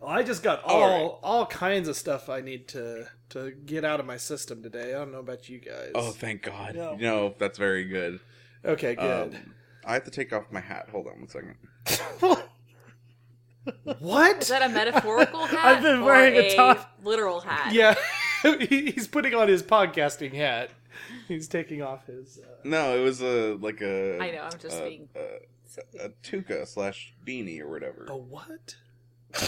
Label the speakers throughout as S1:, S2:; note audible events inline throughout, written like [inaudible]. S1: Well, I just got all
S2: All
S1: all, kinds of stuff I need to to get out of my system today. I don't know about you guys.
S2: Oh, thank God.
S1: No.
S2: No, that's very good.
S1: okay, good.
S2: Um, I have to take off my hat. Hold on one second. [laughs]
S1: what?
S3: Is that a metaphorical
S1: [laughs]
S3: hat?
S1: I've been
S3: or
S1: wearing a top-
S3: Literal hat.
S1: yeah, [laughs] He- he's putting on his podcasting hat. He's taking off his. Uh,
S2: No, it was a like a.
S3: I know, I'm just
S2: a,
S3: being-
S2: a, a tuka slash beanie or whatever.
S1: a what?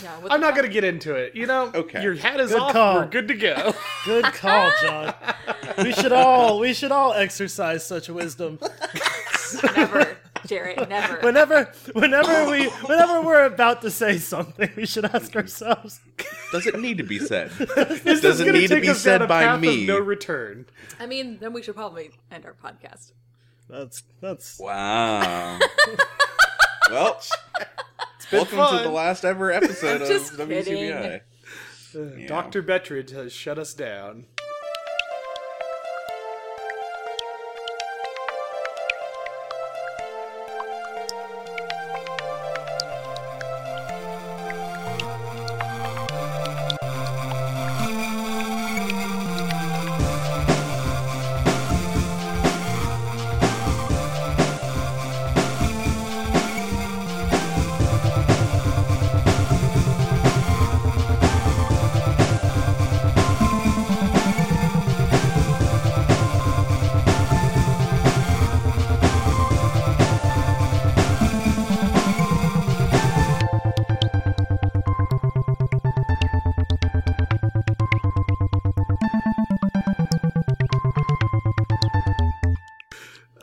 S3: Yeah, what
S1: I'm
S3: the
S1: not gonna get into it. You know.
S2: Okay.
S1: Your hat is
S4: Good
S1: off.
S4: call.
S1: We're good to
S2: [laughs]
S1: go.
S4: Good call, John. We should all we should all exercise such wisdom.
S3: fuck?
S1: [laughs]
S3: Never, Jarrett. Never.
S4: Whenever whenever we whenever we're about to say something, we should ask ourselves.
S2: Does it need to
S1: [laughs]
S2: be said?
S1: Is
S2: Does it
S1: gonna
S2: need to
S1: take
S2: be
S1: us
S2: said
S1: down a
S2: by
S1: path of
S2: me?
S1: No return.
S3: I mean, then we should probably end our podcast.
S4: That's
S1: [laughs]
S4: that's
S2: wow. well, welcome
S1: fun.
S2: to the last ever episode of
S3: just
S2: WCBI. Yeah.
S1: Uh, Doctor Bettridge has shut us down.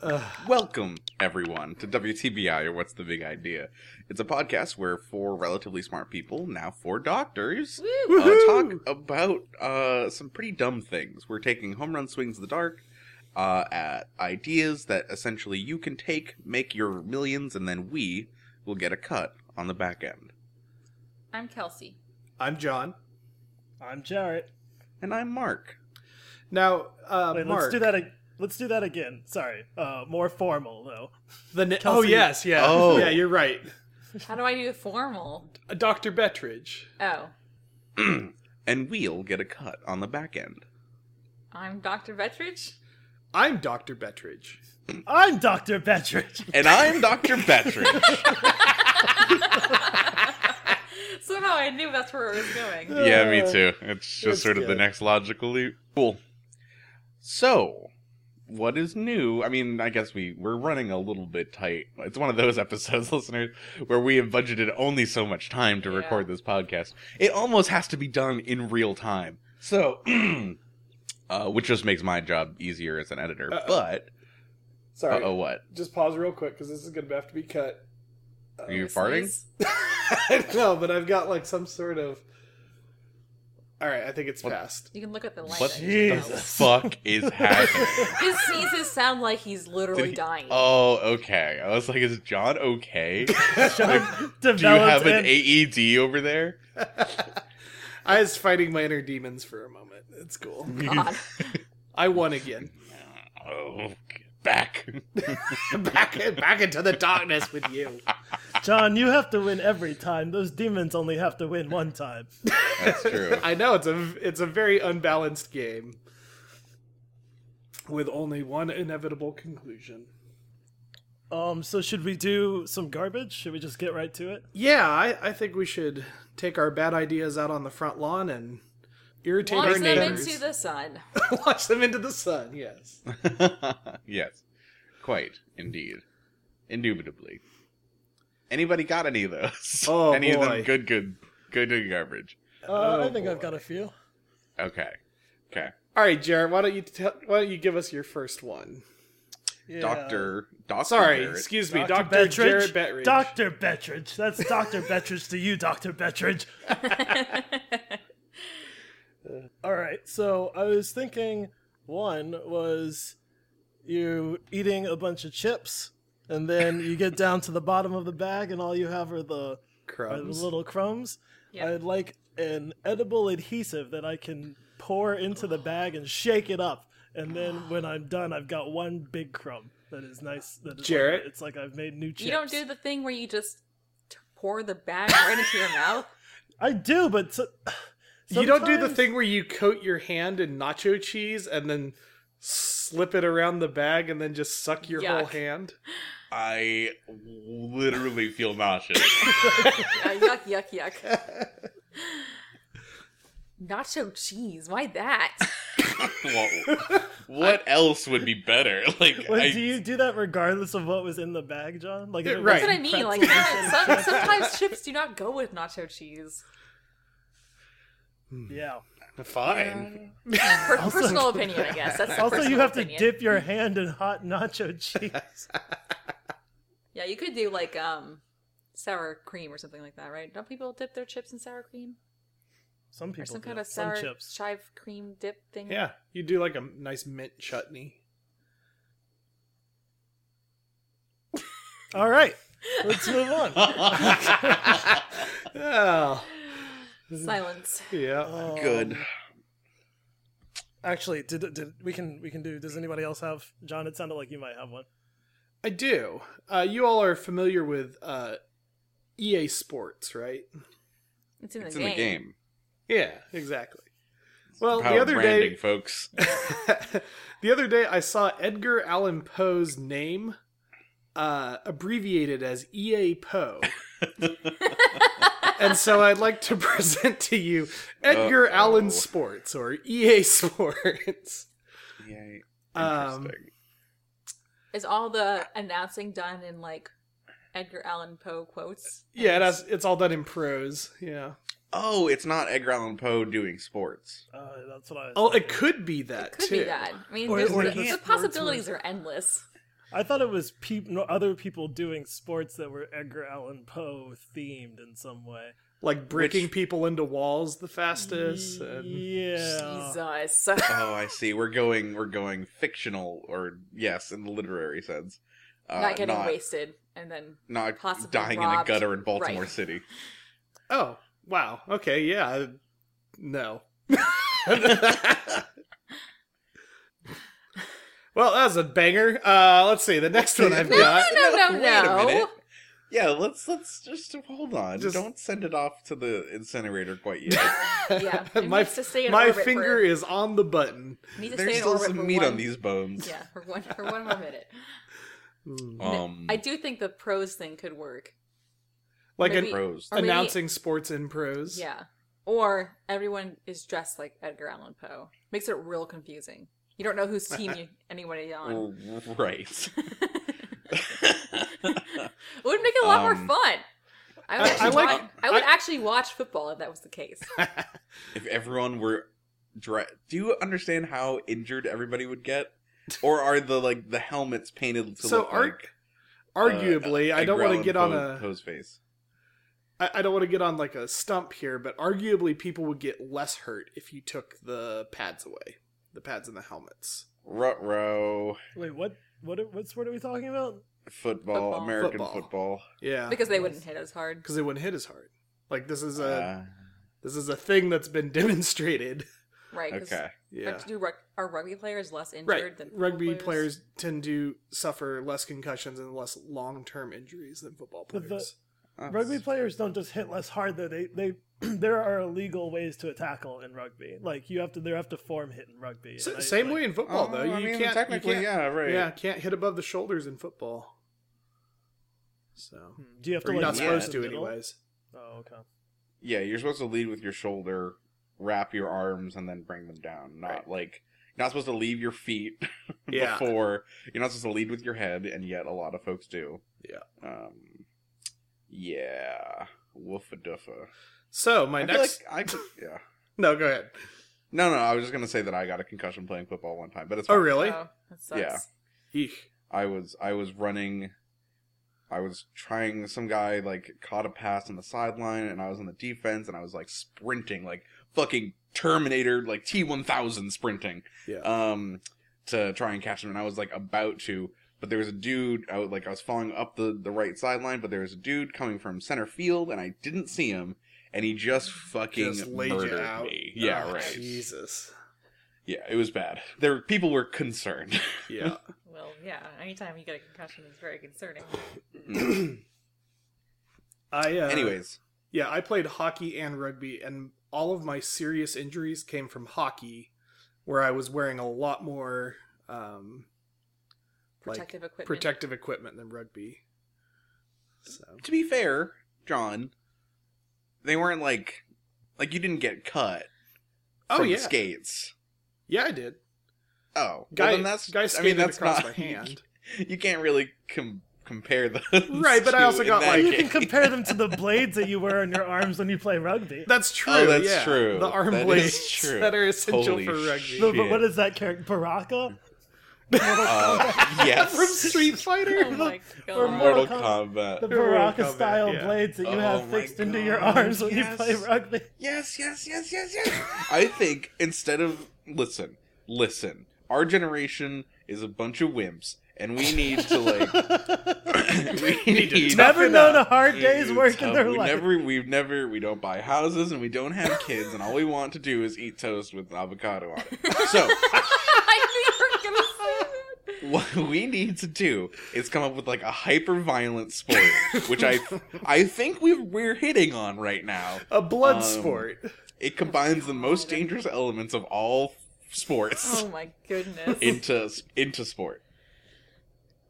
S1: Uh,
S2: Welcome, everyone, to WTBI or What's the Big Idea? It's a podcast where four relatively smart people, now four doctors,
S3: Woo!
S2: uh, talk
S1: Woohoo!
S2: about uh, some pretty dumb things. We're taking home run swings in the dark uh, at ideas that essentially you can take, make your millions, and then we will get a cut on the back end.
S3: I'm Kelsey.
S1: I'm John.
S4: I'm Jarrett.
S2: And I'm Mark.
S1: Now, uh,
S4: Wait,
S1: Mark.
S4: let's do that ag- let's do that again. Sorry. Uh more formal though.
S1: The na-
S4: Kelsey-
S1: oh yes, yeah,
S2: Oh.
S1: yeah. You're right.
S3: How do I do the formal?
S1: Uh, Doctor Bettridge.
S3: Oh,
S2: and we'll get a cut on the back end.
S3: I'm Dr. Bettridge.
S1: I'm Doctor Bettridge.
S4: I'm Dr. Bettridge.
S2: And I'm Dr. Bettridge.
S3: [laughs] Somehow I knew that's where it was going.
S2: yeah, me too. It's just
S1: that's
S2: sort of the
S1: good.
S2: next logical leap. Cool. So, what is new? I mean, I guess we we're running a little bit tight. It's one of those [laughs] episodes, listeners, where we have budgeted only so much time to
S3: Yeah.
S2: record this podcast. It almost has to be done in real time. So, [clears throat] uh, which just makes my job easier as an editor.
S1: Uh-oh.
S2: But uh
S1: Sorry.
S2: oh, what
S1: Just pause real quick because this is going to have to be cut. [laughs]
S2: are you farting?
S1: no, but I've got like some sort of. All right, I think it's
S2: What-
S1: fast.
S3: You can look at the light.
S2: What
S3: that you
S2: the
S4: Jesus.
S3: know.
S2: fuck is happening?
S3: [laughs] His sneezes sound like he's literally
S2: Did he-
S3: dying.
S2: Oh, okay. I was like, is John okay?
S4: [laughs]
S2: [laughs]
S4: Developed
S2: Do you have an
S4: and-
S2: AED over there?
S1: [laughs] I was fighting my inner demons for a moment. It's cool.
S3: God.
S1: I won again.
S2: Oh, get back.
S1: [laughs] back back into the darkness with you.
S4: John, you have to win every time. Those demons only have to win one time.
S2: That's true.
S1: I know it's a it's a very unbalanced game with only one inevitable conclusion.
S4: Um, so should we do some garbage? Should we just get right to it?
S1: Yeah, I, I think we should take our bad ideas out on the front lawn and irritate
S3: Launch
S1: our
S3: them
S1: neighbors.
S3: into the sun. [laughs]
S1: [laughs] Launch them into the sun. Yes.
S2: [laughs] yes, quite indeed, indubitably. Anybody got any of those?
S1: Oh,
S2: any of
S1: boy.
S2: them? Good, good, good, good garbage.
S4: Uh,
S1: Oh,
S4: I think I've
S1: boy.
S4: got a few.
S2: Okay, okay.
S1: All right, Jared. Why don't you tell why don't you give us your first one?
S4: Yeah.
S2: Doctor, doctor.
S1: Sorry,
S2: Barrett.
S1: excuse me,
S4: Dr.
S1: Doctor Jared
S4: Bettridge.
S1: Bettridge.
S4: Dr. Bettridge. That's Dr. Bettridge to you, Dr. Bettridge. All right. So I was thinking one was you eating a bunch of chips, and then you get down to the bottom of the bag, and all you have are the, are the
S1: Crumbs.
S4: little crumbs.
S3: Yeah.
S4: I'd like an edible adhesive that I can pour into the bag and shake it up. And then when I'm done, I've got one big crumb that is nice. That is like-
S1: Jarrett?
S4: it's like I've made new chips. [laughs]
S3: You don't do the thing where you just t- pour the bag right into your mouth?
S4: I do, but so,
S1: [sighs] You don't do the
S4: sometimes-
S1: thing where you coat your hand in nacho cheese and then slip it around the bag and then just suck your whole
S3: Yuck.
S1: hand.
S2: I literally feel nauseous.
S3: Yeah, yuck, yuck, yuck. Nacho cheese. Why that?
S2: what, what else would be better? [laughs] Like,
S4: Like, do
S2: I,
S4: you do that regardless of what was in the bag, John? Like, if
S1: Yeah,
S4: it was
S1: right.
S3: That's what I mean. Like
S4: pretzels
S3: yeah, some, sometimes chips do not go with nacho cheese.
S4: and- yeah.
S2: fine.
S3: Per- personal opinion, I guess. That's
S4: Also, you
S3: personal
S4: have
S3: opinion.
S4: to dip your hand in hot
S1: [laughs]
S4: nacho cheese.
S3: Yeah, you could do like um sour cream or something like that, right? Don't people dip their chips in sour cream
S4: Some people
S3: or some
S4: do.
S3: kind of
S4: Some
S3: sour
S4: chips.
S3: chive cream dip thing?
S1: Yeah, you do like a nice mint chutney. [laughs]
S4: All right, let's
S1: [laughs]
S4: move on.
S1: Oh,
S3: Silence.
S1: yeah.
S4: Um,
S2: [laughs] Good.
S4: Actually, did, did we can we can do? Does anybody else have John? It sounded like you might have one.
S1: I do. Uh, you all are familiar with uh, EA Sports, right?
S3: It's in the
S2: It's in
S3: game.
S2: the game.
S1: Yeah, exactly. Well,
S2: Power
S1: the other
S2: branding,
S1: day,
S2: folks.
S1: [laughs] the other day, I saw Edgar Allan Poe's name uh, abbreviated as EA Poe.
S2: [laughs]
S1: and so I'd like to [laughs] present to you Edgar
S2: Uh-oh.
S1: Allan Sports or EA Sports.
S2: Yay.
S1: Um,
S2: Interesting.
S3: Is all the announcing done in like Edgar Allan Poe quotes?
S1: Yeah, it has, it's all done in prose. Yeah.
S2: oh, it's not Edgar Allan Poe doing sports.
S4: Uh, that's what I. Was
S1: Oh, it could be that
S3: Could
S1: too.
S3: be that. I mean,
S4: Or-
S3: there's-
S4: or
S3: the,
S4: just
S3: the
S4: sports
S3: possibilities are endless.
S4: I thought it was peop- no, other people doing sports that were Edgar Allan Poe themed in some way.
S1: Like breaking
S2: Which-
S1: people into walls the fastest. And...
S4: yeah.
S3: Jesus.
S2: Oh, I see. We're going. We're going fictional, or yes, in the literary sense. Uh,
S3: [laughs] not getting
S2: not,
S3: wasted and then
S2: not
S3: possibly
S2: dying in a
S3: robbed.
S2: gutter in Baltimore
S3: Right.
S2: City.
S1: Oh, wow. Okay, yeah. I- No. [laughs] Well, that was a banger. Uh, let's see. The next one I've
S3: [laughs] No,
S1: got.
S3: no, no, no,
S2: Wait a
S3: no.
S2: minute. Yeah, let's let's just hold on.
S1: Just-
S2: Don't send it off to the incinerator
S3: [laughs]
S2: quite yet.
S1: [laughs]
S2: [laughs]
S3: Yeah, it
S1: my
S3: needs to stay in
S1: my
S3: orbit
S1: finger
S3: for,
S1: is on the button.
S3: needs to
S2: There's
S3: stay in
S2: still
S3: orbit for
S2: some meat
S3: one,
S2: on these bones.
S3: [laughs] Yeah, for one for one more minute.
S1: Mm.
S2: Um,
S3: I do think the prose thing could work.
S1: Like
S3: maybe-
S1: an,
S2: prose.
S3: or maybe-
S1: announcing sports in prose.
S3: Yeah, or everyone is dressed like Edgar Allan Poe. Makes it real confusing. You don't know whose
S2: [laughs]
S3: team you, anybody on.
S2: Oh, Right.
S3: [laughs]
S2: [laughs]
S3: It would make it a lot
S2: Um,
S3: more fun. I would,
S1: I-
S3: actually
S1: I like-
S3: watch, I would actually watch football if that was the case.
S2: if everyone were dre- do you understand how injured everybody would get or are the like the helmets painted to
S1: So
S2: look
S1: are-
S2: like uh,
S1: Arguably, I don't want to get on a.
S2: pose face
S1: I, I don't want to get on like a stump here, but arguably people would get less hurt if you took the pads away, the pads and the helmets.
S2: rut row
S4: Wait, what? What? What sport are we talking about?
S2: football,
S3: Football.
S2: american
S1: Football.
S2: football,
S1: Yeah, because
S3: Because they wouldn't hit as hard.
S1: they wouldn't hit as hard. Like this is a
S2: Uh,
S1: this is a thing that's been [laughs] demonstrated.
S3: Right. 'cause
S2: okay
S1: Yeah,
S3: aren't- Do rug- are rugby players less injured
S1: right.
S3: than football
S1: Rugby players tend to suffer less concussions and less long term injuries than football
S4: But the-
S1: players.
S2: Uh,
S4: Rugby players don't just hit less hard though. They they [clears throat] there are illegal ways to a tackle in rugby. Like you have to there have to form hit in rugby.
S1: S-
S4: and I-
S1: same
S4: like,
S1: way in football,
S2: Oh,
S1: though. You
S2: I mean,
S1: can't. you
S2: technically
S1: can't-
S2: yeah right
S1: Yeah, can't hit above the shoulders in football. So,
S4: hmm, Do you have to?
S1: or you're
S4: like,
S1: not
S4: meet
S1: supposed
S4: in
S1: to,
S4: the middle?
S1: anyways.
S4: Oh,
S2: [laughs]
S4: okay.
S2: yeah you're supposed to lead with your shoulder wrap your arms and then bring them down not
S1: Right.
S2: like you're not supposed to leave your feet [laughs]
S1: Yeah.
S2: before. You're not supposed to lead with your head, and yet a lot of folks do.
S1: Yeah.
S2: Um. Yeah. Woofa doofa.
S1: So my
S2: I feel
S1: next.
S2: like I could, yeah.
S1: No, go ahead.
S2: No, no. I was just gonna say that I got a concussion playing football one time, but it's
S1: Oh,
S2: fine.
S1: really?
S3: Oh, that sucks.
S2: Yeah.
S1: Eek.
S2: I was I was running. I was trying. Some guy like caught a pass on the sideline, and I was on the defense, and I was like sprinting, like fucking Terminator, like T one thousand sprinting.
S1: Yeah.
S2: um to try and catch him and I was like about to but there was a dude I was like I was following up the the right sideline but there was a dude coming from center field and I didn't see him and he just fucking
S1: Just laid you
S2: murdered
S1: out.
S2: me. Yeah,
S1: Oh,
S2: right.
S1: Jesus.
S2: Yeah, it was bad. There people were concerned.
S1: Yeah.
S3: Well, yeah. Anytime you get a concussion, it's very concerning.
S1: [laughs] I. Uh,
S2: Anyways,
S1: Yeah, I played hockey and rugby, and all of my serious injuries came from hockey, where I was wearing a lot more um, like,
S3: Protective equipment.
S1: protective equipment than rugby. So
S2: To be fair, John, they weren't like like you didn't get cut
S1: oh
S2: from
S1: yeah,
S2: the skates.
S1: yeah, I did.
S2: Oh,
S1: Guy,
S2: well, then that's
S1: guy
S2: I
S1: skated
S2: mean that's
S1: across
S2: [laughs] not Oh,
S1: my hand.
S2: You can't really com- compare those.
S1: Right, but I
S2: two
S1: also
S2: in
S1: got,
S2: that
S1: like-
S4: You
S2: case.
S4: can
S1: [laughs]
S4: compare them to the blades that you wear on your arms when you
S1: [laughs]
S4: play rugby.
S1: That's true.
S2: Oh, that's
S1: yeah.
S2: true.
S1: The arm
S2: That is
S1: blades
S2: true.
S1: that are essential
S2: Holy
S1: for rugby.
S2: shit.
S4: No, but what is that character? Baraka?
S2: Uh,
S1: [laughs] [laughs]
S2: yes,
S1: From Street Fighter.
S3: [laughs]
S1: [laughs]
S3: Oh my
S4: Or
S2: From
S3: god.
S2: Mortal
S4: Mortal
S2: Kombat.
S4: The
S1: You're welcome,
S4: Baraka style
S1: yeah.
S4: blades that you
S2: Oh
S4: have
S2: my
S4: fixed into your
S2: God,
S4: arms when
S2: yes.
S4: you play rugby.
S2: Yes, yes, yes, yes, yes. [laughs] I think instead of listen, listen, our generation is a bunch of wimps, and we need
S1: [laughs]
S2: to like [coughs] we need to
S4: Never
S1: Toughen
S4: known a
S1: up.
S4: hard [laughs] day's
S2: It's
S4: work in
S2: tough.
S4: their
S2: we
S4: life.
S2: Never, we've never, we don't buy houses and we don't have kids, and all we want to do is eat toast with avocado on
S3: [laughs]
S2: it. So,
S3: [laughs] I knew you were gonna say that.
S2: [laughs] what we need to do is come up with like a hyper violent sport, which I, I think we've, we're hitting on right now.
S1: A blood
S2: Um,
S1: sport.
S2: It combines the most
S3: God.
S2: dangerous elements of all sports
S3: Oh my goodness.
S2: into into sport.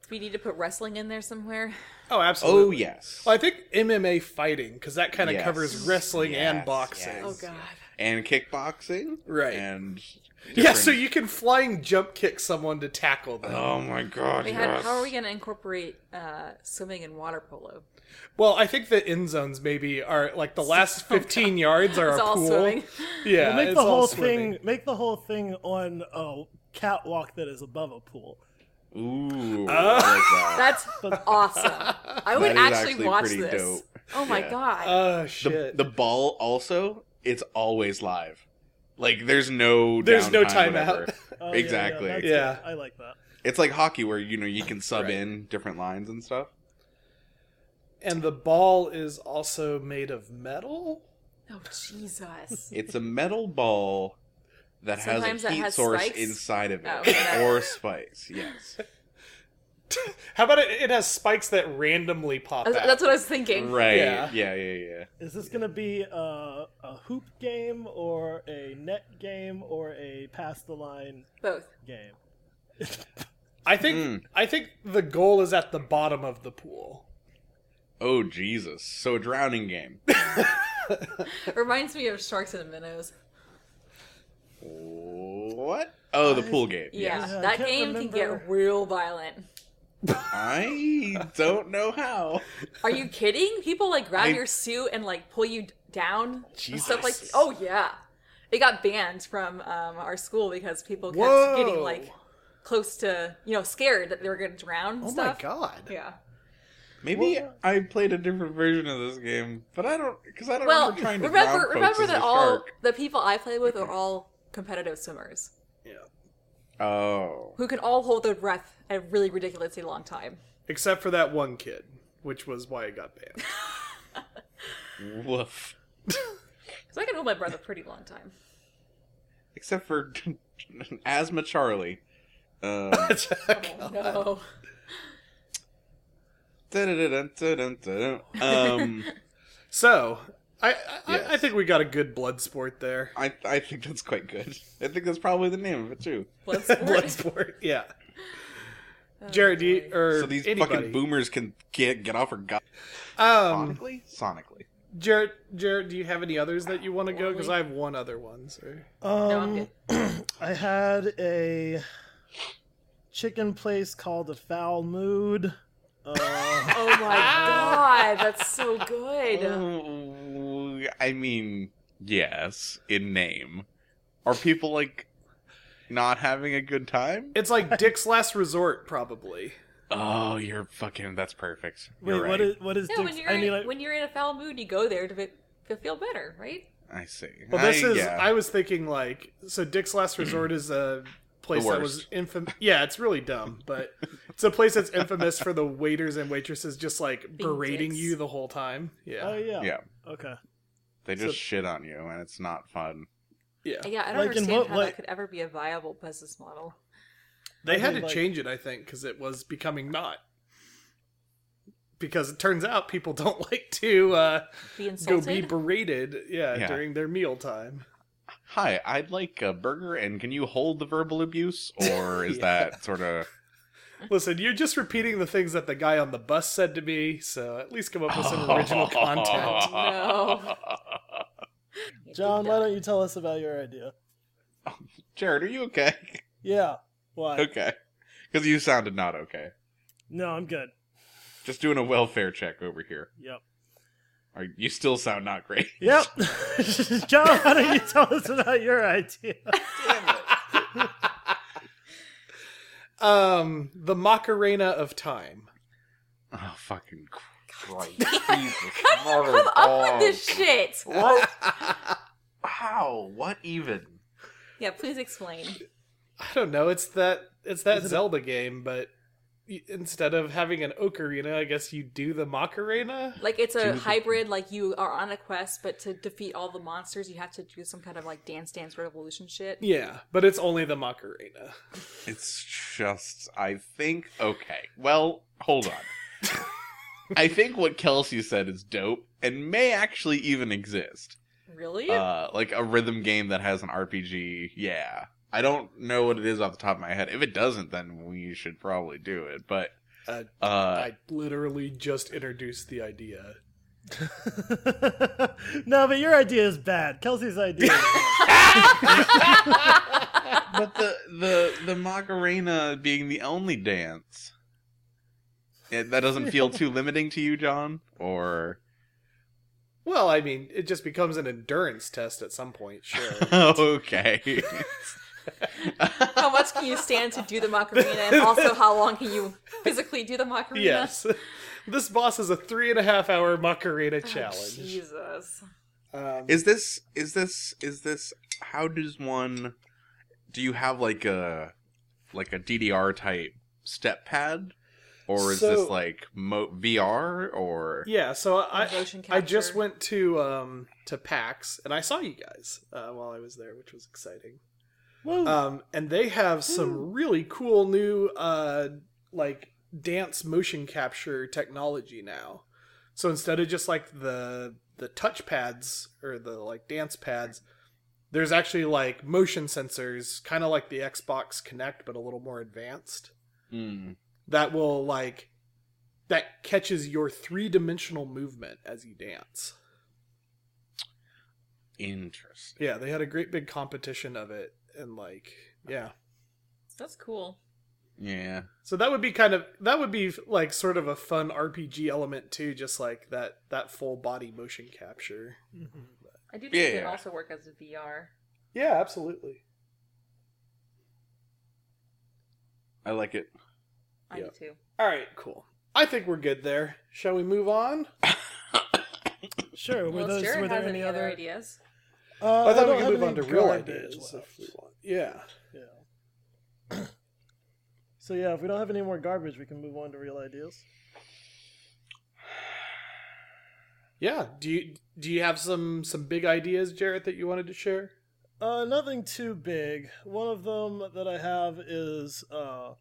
S3: we need to put wrestling in there somewhere.
S1: Oh, absolutely.
S2: Oh yes,
S1: Well, I think MMA fighting because that kind of
S2: Yes.
S1: covers wrestling
S2: Yes,
S1: and boxing.
S2: yes.
S3: Oh god.
S2: and kickboxing,
S1: Right.
S2: And
S1: Yeah, so
S2: different-
S1: you can flying jump kick someone to tackle them.
S2: Oh my god!
S3: They had,
S2: yes.
S3: how are we gonna incorporate uh, swimming and water polo?
S1: Well, I think the end zones maybe are like the
S2: [laughs]
S1: last 15 yards are
S3: It's
S1: a
S3: all
S1: pool.
S3: swimming.
S1: Yeah,
S4: Well, make
S1: it's
S4: the
S1: all
S4: whole
S1: swimming.
S4: thing make the whole thing on a catwalk that is above a pool.
S2: Ooh,
S4: Uh,
S2: I like that.
S3: That's awesome. I would
S2: That is
S3: actually,
S2: actually
S3: watch
S2: pretty
S3: this.
S2: dope.
S3: Oh my
S2: Yeah.
S3: god.
S1: [laughs] Oh
S2: the,
S1: shit!
S2: the ball also it's always live like there's no
S1: There's no
S2: downtime,
S1: timeout. [laughs]
S2: whatever.
S4: Oh,
S2: Exactly.
S4: Yeah, yeah, that's
S1: Yeah.
S4: good. I like that.
S2: it's like hockey where you know you can sub
S1: Right.
S2: in different lines and stuff
S1: and the ball is also made of metal.
S3: oh
S2: [laughs]
S3: Jesus.
S2: it's a metal ball that has
S3: Sometimes
S2: a
S3: that
S2: heat
S3: has
S2: source
S3: spikes?
S2: inside of it
S3: Oh, okay, that-
S2: or spikes
S3: [laughs]
S2: yes
S1: How about it? It has spikes that randomly pop
S3: That's
S1: out.
S3: that's what I was thinking.
S2: right yeah
S1: Yeah.
S2: yeah yeah,
S4: Is this gonna be a, a hoop game or a net game or a pass the line
S3: Both.
S4: game?
S1: I think.
S2: Mm.
S1: I think the goal is at the bottom of the pool.
S2: oh jesus so a drowning game
S1: [laughs]
S3: Reminds me of sharks and minnows.
S2: what oh the pool game
S3: Yeah,
S2: yes.
S4: Yeah, I
S3: that
S4: can't
S3: game can get
S4: remember.
S3: real violent.
S2: i don't know how
S3: Are you kidding? People like grab
S2: I-
S3: your suit and like pull you d- down. and Stuff like
S2: Jesus.
S3: oh yeah, it got banned from um, our school because people kept
S1: Whoa.
S3: getting like close to you know scared that they were gonna drown. and
S1: Oh
S3: stuff.
S1: my god!
S3: Yeah.
S2: Maybe
S4: Well-
S2: I played a different version of this game, but I don't because I don't
S3: Well,
S2: remember trying to drown
S3: remember
S2: folks
S3: remember
S2: as a
S3: that all
S2: shark.
S3: the people I play with are all competitive swimmers
S1: Yeah.
S2: Oh,
S3: who can all hold their breath a really ridiculously long time.
S1: Except for that one kid, which was why it got banned.
S2: woof.
S3: So I can hold my breath a pretty long time.
S2: Except for [laughs] asthma, Charlie.
S3: [laughs]
S2: Uh,
S3: Oh, no.
S2: dun-dun-dun-dun-dun-dun. um,
S1: [laughs] so, I I,
S2: Yes.
S1: I I think we got a good blood sport there. [laughs]
S2: I I think that's quite good. I think that's probably the name of it too.
S3: Blood
S1: blood
S3: sport.
S1: sport, yeah. Jared, do you, or
S2: So these
S1: anybody.
S2: fucking boomers can get get off her gut
S1: Um,
S2: sonically. Sonically,
S1: Jared, Jared, do you have any others that you want to go? Because I have one other one. Sorry.
S4: Um,
S3: No, I'm good.
S4: [clears throat] I had a chicken place called a foul mood.
S1: [laughs]
S4: Uh,
S3: Oh my god, that's so good.
S2: Oh, I mean, yes, in name. Are people like not having a good time?
S1: It's like Dick's Last Resort, probably.
S2: Oh, you're fucking. That's perfect.
S4: wait,
S2: You're right.
S4: what is what is?
S3: yeah, when
S4: Dick's-
S3: you're
S4: I
S3: in,
S4: need like,
S3: when you're in a foul mood, you go there to be, to feel better, right?
S2: I see.
S1: Well, this
S2: I-
S1: is.
S2: yeah.
S1: I was thinking like so. Dick's Last Resort is a place
S2: The
S1: that
S2: worst.
S1: was infamous. Yeah, it's really dumb, but it's a place that's infamous for the waiters and waitresses just like berating
S3: dicks.
S1: you the whole time. Yeah,
S4: oh yeah.
S2: Yeah,
S4: Okay.
S2: they just
S1: So-
S2: shit on you, and it's not fun.
S1: yeah.
S3: Yeah, I don't
S4: Like in
S3: understand
S4: what
S3: how
S4: way?
S3: that could ever be a viable business model.
S1: They
S4: I
S1: had
S4: mean,
S1: to
S4: like-
S1: change it, I think, because it was becoming not. because it turns out people [laughs] don't like to uh,
S3: Be
S1: go
S3: insulted.
S1: be berated yeah,
S2: Yeah.
S1: during their meal time.
S2: Hi, I'd like a burger, and can you hold the verbal abuse, or is
S1: Yeah.
S2: that sort of
S1: Listen, you're just repeating the things that the guy on the bus said to me, so at least come up with some original content.
S3: [laughs] No. You
S4: John,
S3: did
S4: why
S3: that.
S4: don't you tell us about your idea?
S2: [laughs] Jared, are you okay?
S4: Yeah. Why?
S2: [laughs] Okay, because you sounded not okay.
S4: No, I'm good.
S2: Just doing a welfare check over here.
S4: Yep.
S2: Are- You still sound not great.
S4: Yep. [laughs] John, why don't you tell us about your idea? [laughs]
S1: Um, the Macarena of Time.
S2: [laughs]
S1: [laughs]
S2: Oh fucking Christ! Jesus, mother
S3: Come up
S2: dog.
S3: with this shit.
S2: What? How? What even?
S3: Yeah, please explain.
S1: I don't know. It's that it's that
S4: Is it a-
S1: Zelda game, but y- instead of having an ocarina, I guess you do the Macarena.
S3: Like it's a
S2: Jesus.
S3: hybrid. Like you are on a quest, but to defeat all the monsters, you have to do some kind of like dance, dance revolution shit.
S1: Yeah, but it's only the Macarena.
S2: It's just, I think, okay. Well, hold on. [laughs] I think what Kelsey said is dope and may actually even exist.
S3: Really?
S2: Uh, like a rhythm game that has an RPG. Yeah. I don't know what it is off the top of my head. If it doesn't, then we should probably do it. But,
S1: Uh,
S2: uh,
S1: I literally just introduced the idea.
S4: no, but your idea is bad.
S1: [laughs]
S4: Kelsey's idea. Is bad.
S2: [laughs] but the, the, the Macarena being the only dance, it, that doesn't feel [laughs] too limiting to you, John? [laughs] Or.
S1: Well, I mean, it just becomes an endurance test at some point, sure.
S2: Oh, okay.
S3: [laughs]
S2: [laughs]
S3: how much can you stand to do the macarena, and also how long can you physically do the macarena?
S1: yes. [laughs] This boss is a three and a half hour Macarena
S3: [laughs] Oh,
S1: challenge.
S3: Jesus.
S1: Um,
S2: Is this is this is this how does one do you have like a like a DDR type step pad or is
S1: So-
S2: this like mo- VR or
S1: yeah, so I,
S3: Motion
S1: I just
S3: capture.
S1: went to um, to PAX and I saw you guys uh, while I was there, which was exciting.
S4: Woo.
S1: Um, and they have
S4: Ooh.
S1: some really cool new uh, like dance motion capture technology now. So instead of just like the the touch pads or the like dance pads, there's actually like motion sensors, kind of like the Xbox Connect, but a little more advanced.
S2: Hmm.
S1: That will like that catches your three dimensional movement as you dance.
S2: interesting.
S1: Yeah, they had a great big competition of it, and like yeah,
S3: That's cool.
S2: Yeah.
S1: So that would be kind of that would be like sort of a fun RPG element too, just like that that full body motion capture.
S4: Mm-hmm.
S3: I do think
S2: Yeah,
S3: it
S2: yeah.
S3: also work as a VR.
S1: Yeah, absolutely.
S2: I like it.
S3: I
S1: Yeah.
S3: do too.
S1: All right, cool. I think we're good there. Shall we move on?
S4: sure. Were
S3: Well,
S4: those?
S3: Jared
S4: Were there
S3: has
S4: any other?
S3: ideas.
S4: Uh,
S1: Uh, I thought
S4: don't
S1: we could
S4: have
S1: move
S4: any
S1: on to
S4: good
S1: real
S4: ideas
S1: ideas if we
S4: left.
S1: want. Yeah.
S4: Yeah. so yeah, if we don't have any more garbage, we can move on to real ideas.
S1: Yeah. Do you do you have some some big ideas, Jarrett, that you wanted to share?
S4: Uh, nothing too big. One of them that I have is uh,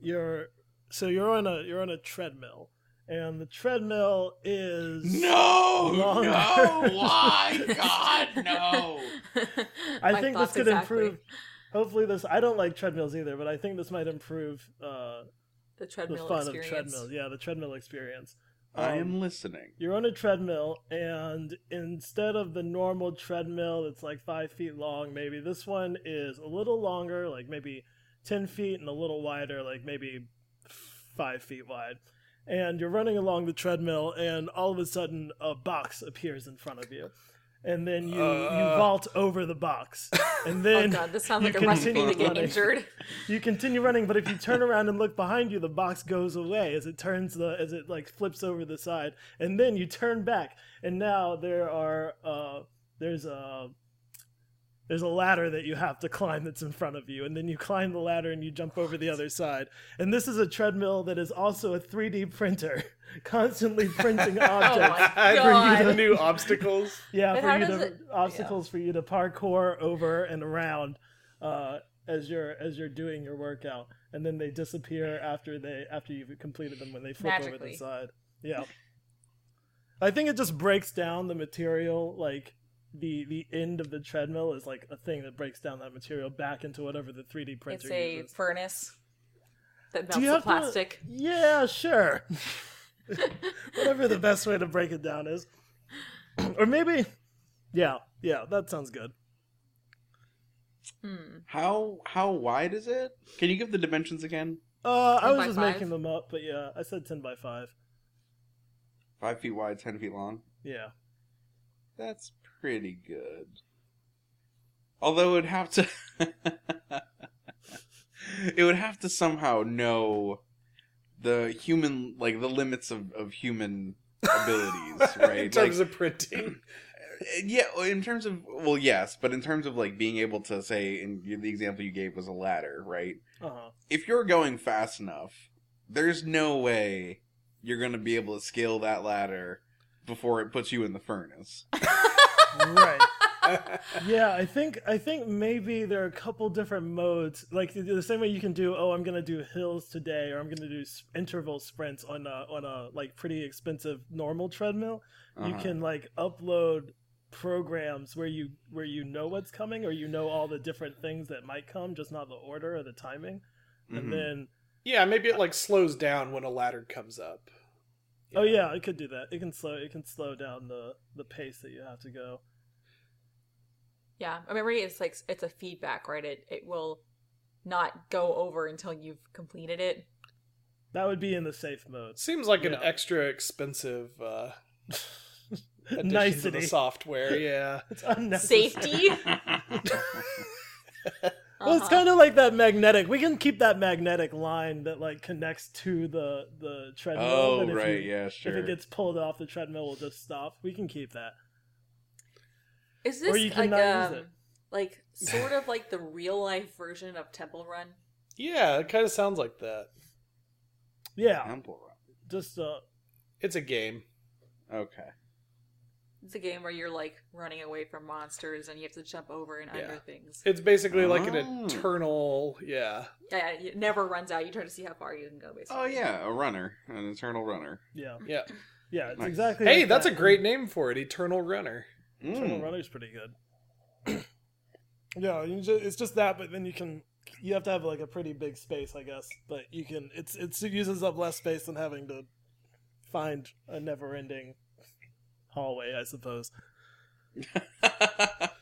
S4: you're so you're on a you're on a treadmill, and the treadmill is
S2: No. [laughs]
S4: Longer.
S2: No. Why? [laughs] God, no. [laughs]
S4: I
S3: My
S4: think
S3: thoughts
S4: this could
S3: exactly.
S4: improve. Hopefully, this I don't like treadmills either, but I think this might improve uh,
S3: the
S4: the
S3: treadmill
S4: fun
S3: experience.
S4: of treadmills. Yeah, the treadmill experience.
S2: I
S4: Um,
S2: am listening.
S4: you're on a treadmill and instead of the normal treadmill that's like five feet long maybe this one is a little longer like maybe 10 feet and a little wider like maybe five feet wide and you're running along the treadmill and all of a sudden a box appears in front of you and then you,
S1: Uh.
S4: you vault over the box
S3: [laughs]
S4: and
S3: Oh
S4: then
S3: god, this sounds
S4: you
S3: like a
S4: can
S3: recipe to
S2: keep
S3: get
S4: running.
S3: injured.
S4: you continue running but if you turn around and look behind you the box goes away as it turns the as it like flips over the side and then you turn back and now there are uh there's a there's a ladder that you have to climb that's in front of you and then you climb the ladder and you jump over the other side and this is a treadmill that is also a 3d printer [laughs] constantly
S3: [laughs]
S4: printing
S3: [laughs] Oh
S4: objects
S1: [laughs]
S3: my
S1: Bring you the
S3: God.
S1: new
S3: [laughs]
S1: obstacles.
S4: yeah,
S3: But
S4: for
S3: how
S4: you
S3: does
S4: to
S3: it-
S4: obstacles for you to parkour over and around uh, as you're as you're doing your workout, and then they disappear after they after you've completed them when they flip over
S3: Magically.
S4: the side. Yeah. [laughs] I think it just breaks down the material like the the end of the treadmill is like a thing that breaks down that material back into whatever the 3D printer
S3: it's a
S4: uses.
S3: furnace that
S4: Do
S3: melts
S4: you
S3: the
S4: have to-
S3: plastic. [laughs]
S4: Yeah, sure. [laughs] whatever the best way to break it down is. [clears throat] or maybe Yeah, yeah, that sounds good.
S3: Hmm.
S2: How how wide is it? Can you give the dimensions again?
S4: Uh I
S3: 10
S4: was
S3: by
S4: just
S3: five?
S4: making them up, but yeah, I said 10 by 5.
S2: Five feet wide, ten feet long.
S4: Yeah.
S2: That's pretty good. Although it'd have to [laughs] It would have to somehow know the human like the limits of, of human abilities,
S1: [laughs]
S2: right?
S1: in terms
S2: Like, eh,
S1: of printing.
S2: yeah, in terms of well yes, but in terms of like being able to say and you- the example you gave was a ladder, right?
S4: Uh-huh. [laughs]
S2: If you're going fast enough, there's no way you're going to be able to scale that ladder before it puts you in
S1: [laughs]
S2: the furnace.
S4: right. yeah i think i think maybe there are a couple different modes like the- the same way you can do oh i'm gonna do hills today or i'm gonna do s- interval sprints on a on a like pretty expensive normal treadmill you
S2: Uh-huh.
S4: can like upload programs where you where you know what's coming or you know all the different things that might come just not the order or the timing
S2: Mhm. [laughs]
S4: and then
S1: yeah, maybe it like slows down when a ladder comes up.
S4: oh yeah it could do that it can slow it can slow down the the pace that you have to go
S3: Yeah, I mean, it's like it's a feedback, right? It it will not go over until you've completed it.
S4: that would be in the safe mode [laughs]
S1: Seems like an
S4: Yeah.
S1: extra expensive
S4: [laughs]
S1: uh addition to the
S4: nicety [laughs]
S1: software. Yeah.
S4: it's unnecessary
S3: Safety.
S4: [laughs] Well, it's
S3: Uh-huh.
S4: kind of like that magnetic. We can keep that magnetic line that like connects to the the treadmill.
S2: Oh
S4: and if
S2: right,
S4: you-
S2: yeah, sure.
S4: If it gets pulled off the treadmill, will just stop. We can keep that.
S3: Is
S4: Or
S3: this
S4: you
S3: like
S4: cannot
S3: um,
S4: use it. [laughs]
S3: like sort of like the real life version of Temple Run?
S1: Yeah, it kind of sounds like that.
S4: Yeah,
S2: Temple Run.
S4: just uh,
S1: It's a game.
S2: Okay.
S3: It's a game where you're like running away from monsters and you have to jump over and under
S1: Yeah.
S3: things.
S1: It's basically like an
S2: Oh.
S1: eternal, yeah.
S3: Yeah, yeah, it never runs out. You try to see how far you can go. Basically.
S2: Oh yeah, a runner, an eternal runner.
S4: yeah,
S1: Yeah.
S4: yeah. It's
S2: Nice.
S4: exactly.
S1: Hey,
S4: like
S1: that's a
S4: that.
S1: great name for it, Eternal Runner.
S2: [laughs]
S4: Eternal
S2: Mm.
S4: Runner's pretty good. Hmm. [clears throat] yeah, you just, it's just that, but then you can you have to have like a pretty big space, I guess. But you can it's it's it uses up less space than having to find a never ending hallway, I suppose.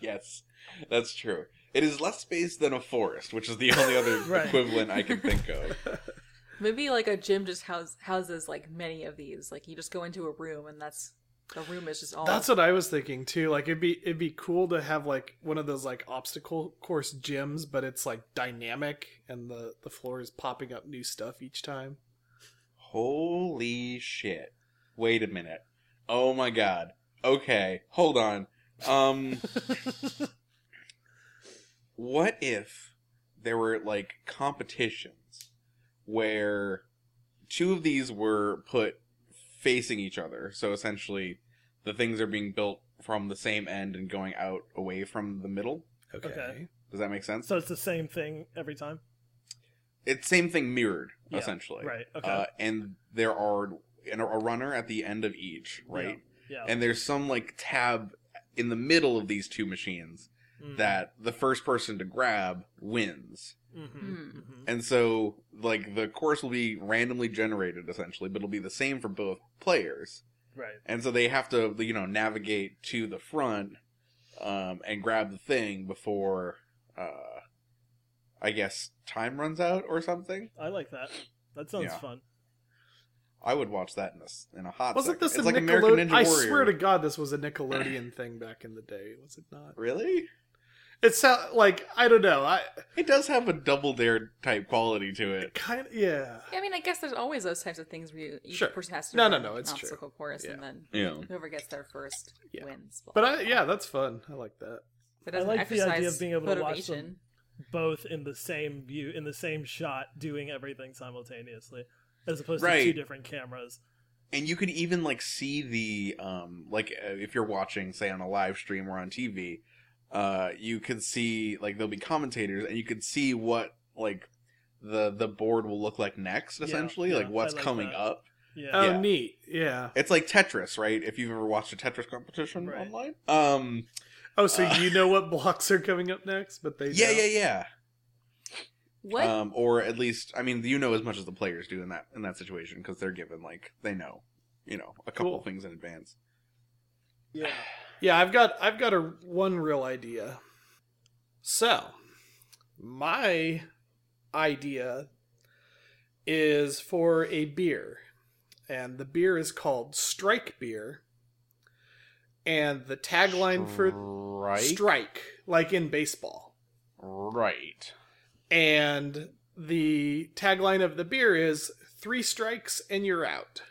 S2: yes, that's true. It is less space than a forest, which is the only other
S4: [laughs] Right.
S2: equivalent I can think of.
S3: Maybe like a gym just house, houses like many of these. Like you just go into a room and that's the room is just
S4: Oh.
S3: all.
S1: That's what I was thinking too. Like it'd be it'd be cool to have like one of those like obstacle course gyms, but it's like dynamic and the the floor is popping up new stuff each time.
S2: Holy shit! Wait a minute. Oh my god. Okay, hold on. Um, what if there were like competitions where two of these were put facing each other? So essentially, the things are being built from the same end and going out away from the middle.
S1: Okay.
S4: Okay.
S2: Does that make sense?
S4: So it's the same thing every time.
S2: it's same thing mirrored
S4: Yeah,
S2: essentially.
S4: Right. Okay.
S2: Uh, and there are and a runner at the end of each, right?
S4: yeah.
S2: and there's some like tab in the middle of these two machines
S1: Mm-hmm.
S4: Mm.
S2: that the first person to grab wins.
S4: Mhm.
S3: Hmm.
S4: Mhm.
S2: And so like the course will be randomly generated essentially, but it'll be the same for both players.
S4: Right.
S2: And so they have to you know navigate to the front um and grab the thing before uh I guess time runs out or something.
S4: I like that. That sounds
S2: Yeah.
S4: fun.
S2: I would watch that in a s- in a hot
S1: Wasn't
S2: second.
S1: this
S2: it's
S1: a
S2: like American
S1: Nickelodeon?
S2: Ninja
S1: I
S2: Warrior.
S1: swear to God, this was a Nickelodeon thing back in the day. Was it not?
S4: [clears throat]
S2: Really?
S1: It's so- like I don't know. I
S2: It does have a double dare type quality to it.
S1: kind of yeah.
S3: I mean, I guess there's always those types of things where you, each
S1: Sure.
S3: person has to
S1: No,
S3: run
S1: no, no,
S3: an
S1: it's true.
S3: obstacle course, and
S1: Yeah.
S3: then
S2: Yeah.
S3: whoever gets there first
S1: Yeah.
S3: wins. blah,
S1: But
S3: blah,
S1: I
S3: blah.
S1: yeah, that's fun. I like that.
S3: But
S4: I
S3: as an
S4: like the idea
S3: exercise
S4: of being able to watch
S3: motivation.
S4: them. Both in the same view, in the same shot, doing everything simultaneously, as opposed to two
S2: Right.
S4: different cameras.
S2: And you could even like see the um like uh, if you're watching say on a live stream or on TV, uh you could see like there'll be commentators and you could see what like the the board will look like next
S4: Yeah,
S2: essentially,
S4: yeah,
S2: like what's
S4: I like
S2: coming
S4: that.
S2: up.
S4: Yeah.
S1: Oh,
S2: Yeah.
S1: neat. Yeah.
S2: It's like Tetris, right? If you've ever watched a Tetris competition
S4: Right.
S2: online. Um
S1: Oh, so
S2: Uh.
S1: you know what blocks are coming up next, but they
S2: yeah,
S1: don't.
S2: yeah, yeah.
S3: What?
S1: Uh,
S2: Um or at least I mean, you know as much as the players do in that in that situation cuz they're given like they know, you know, a couple
S1: Cool.
S2: things in advance.
S4: yeah.
S1: Yeah, I've got I've got a one real idea. So, my idea is for a beer. And the beer is called Strike Beer. And the tagline for
S2: right.
S1: strike like in baseball.
S2: right.
S1: And the tagline of the beer is three strikes and you're out.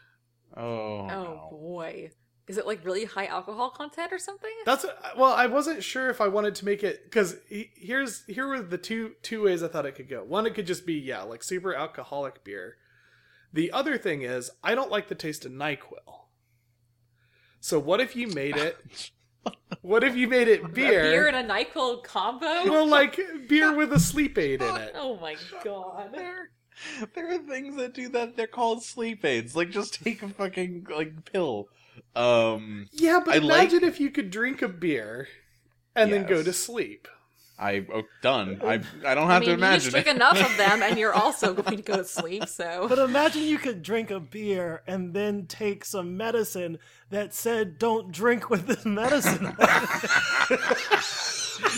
S2: Oh.
S3: oh
S2: no.
S3: boy, is it like really high alcohol content or something?
S1: That's well, I wasn't sure if I wanted to make it because here's here were the two two ways I thought it could go. One, it could just be yeah, like super alcoholic beer. The other thing is I don't like the taste of Nyquil. So what if you made it?
S2: [laughs]
S1: what if you made it
S3: A
S1: beer?
S3: beer and a Nyquil
S1: [laughs]
S3: combo.
S1: well, like beer with a sleep aid in
S3: [laughs]
S1: it.
S3: oh my god.
S2: There are things that do that. They're called sleep aids. Like, just take a fucking like pill. Um,
S1: Yeah, but
S2: I like-
S1: imagine if you could drink a beer and then go
S2: Yes.
S1: to sleep.
S2: I oh, done. I I don't
S3: I
S2: have to
S3: mean, you just
S2: imagine.
S3: drink
S2: It.
S3: enough
S1: [laughs]
S3: of them, and you're also going to go to sleep. So
S4: But imagine you could drink a beer and then take some medicine that said don't drink with this medicine. [laughs]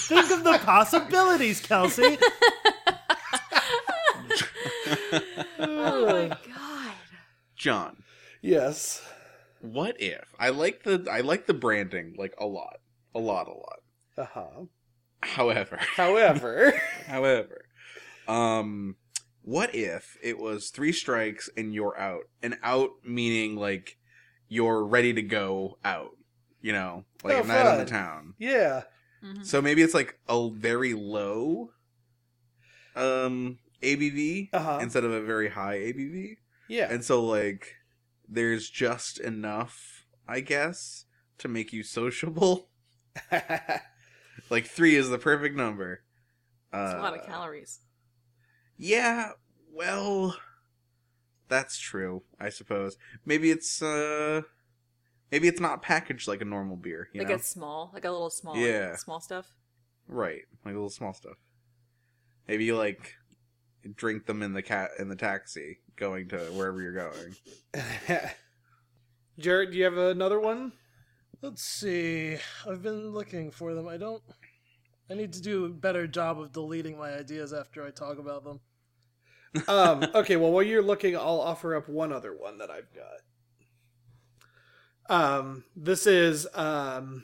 S4: Think of the possibilities, Kelsey.
S1: uh,
S3: oh my god.
S2: John,
S1: Yes.
S2: what if I like the I like the branding like a lot, a lot, a lot.
S1: Uh huh.
S2: However,
S1: However.
S2: [laughs] however, um, what if it was three strikes and you're out, and out meaning like you're ready to go out. You know, like
S1: Oh,
S2: a night on
S1: fun.
S2: the town.
S1: yeah.
S3: Mhm.
S2: So maybe it's like a very low um ABV
S1: Uh huh.
S2: instead of a very high ABV.
S1: Yeah.
S2: And so like there's just enough, I guess, to make you sociable. Like 3 is the perfect number. Uh
S3: It's a lot of calories.
S2: Yeah, well that's true, I suppose. Maybe it's uh maybe it's not packaged like a normal beer, you
S3: Like
S2: know.
S3: it's small, like a little small, like,
S2: Yeah.
S3: [laughs] small stuff.
S2: Right, like little small stuff. Maybe you like drink them in the cat in the taxi going to wherever you're going.
S1: [laughs] Jared, do you have another one?
S4: Let's see. I've been looking for them. I don't. I need to do a better job of deleting my ideas after I talk about them.
S1: Um, okay, well, while you're looking, I'll offer up one other one that I've got. Um, this is um,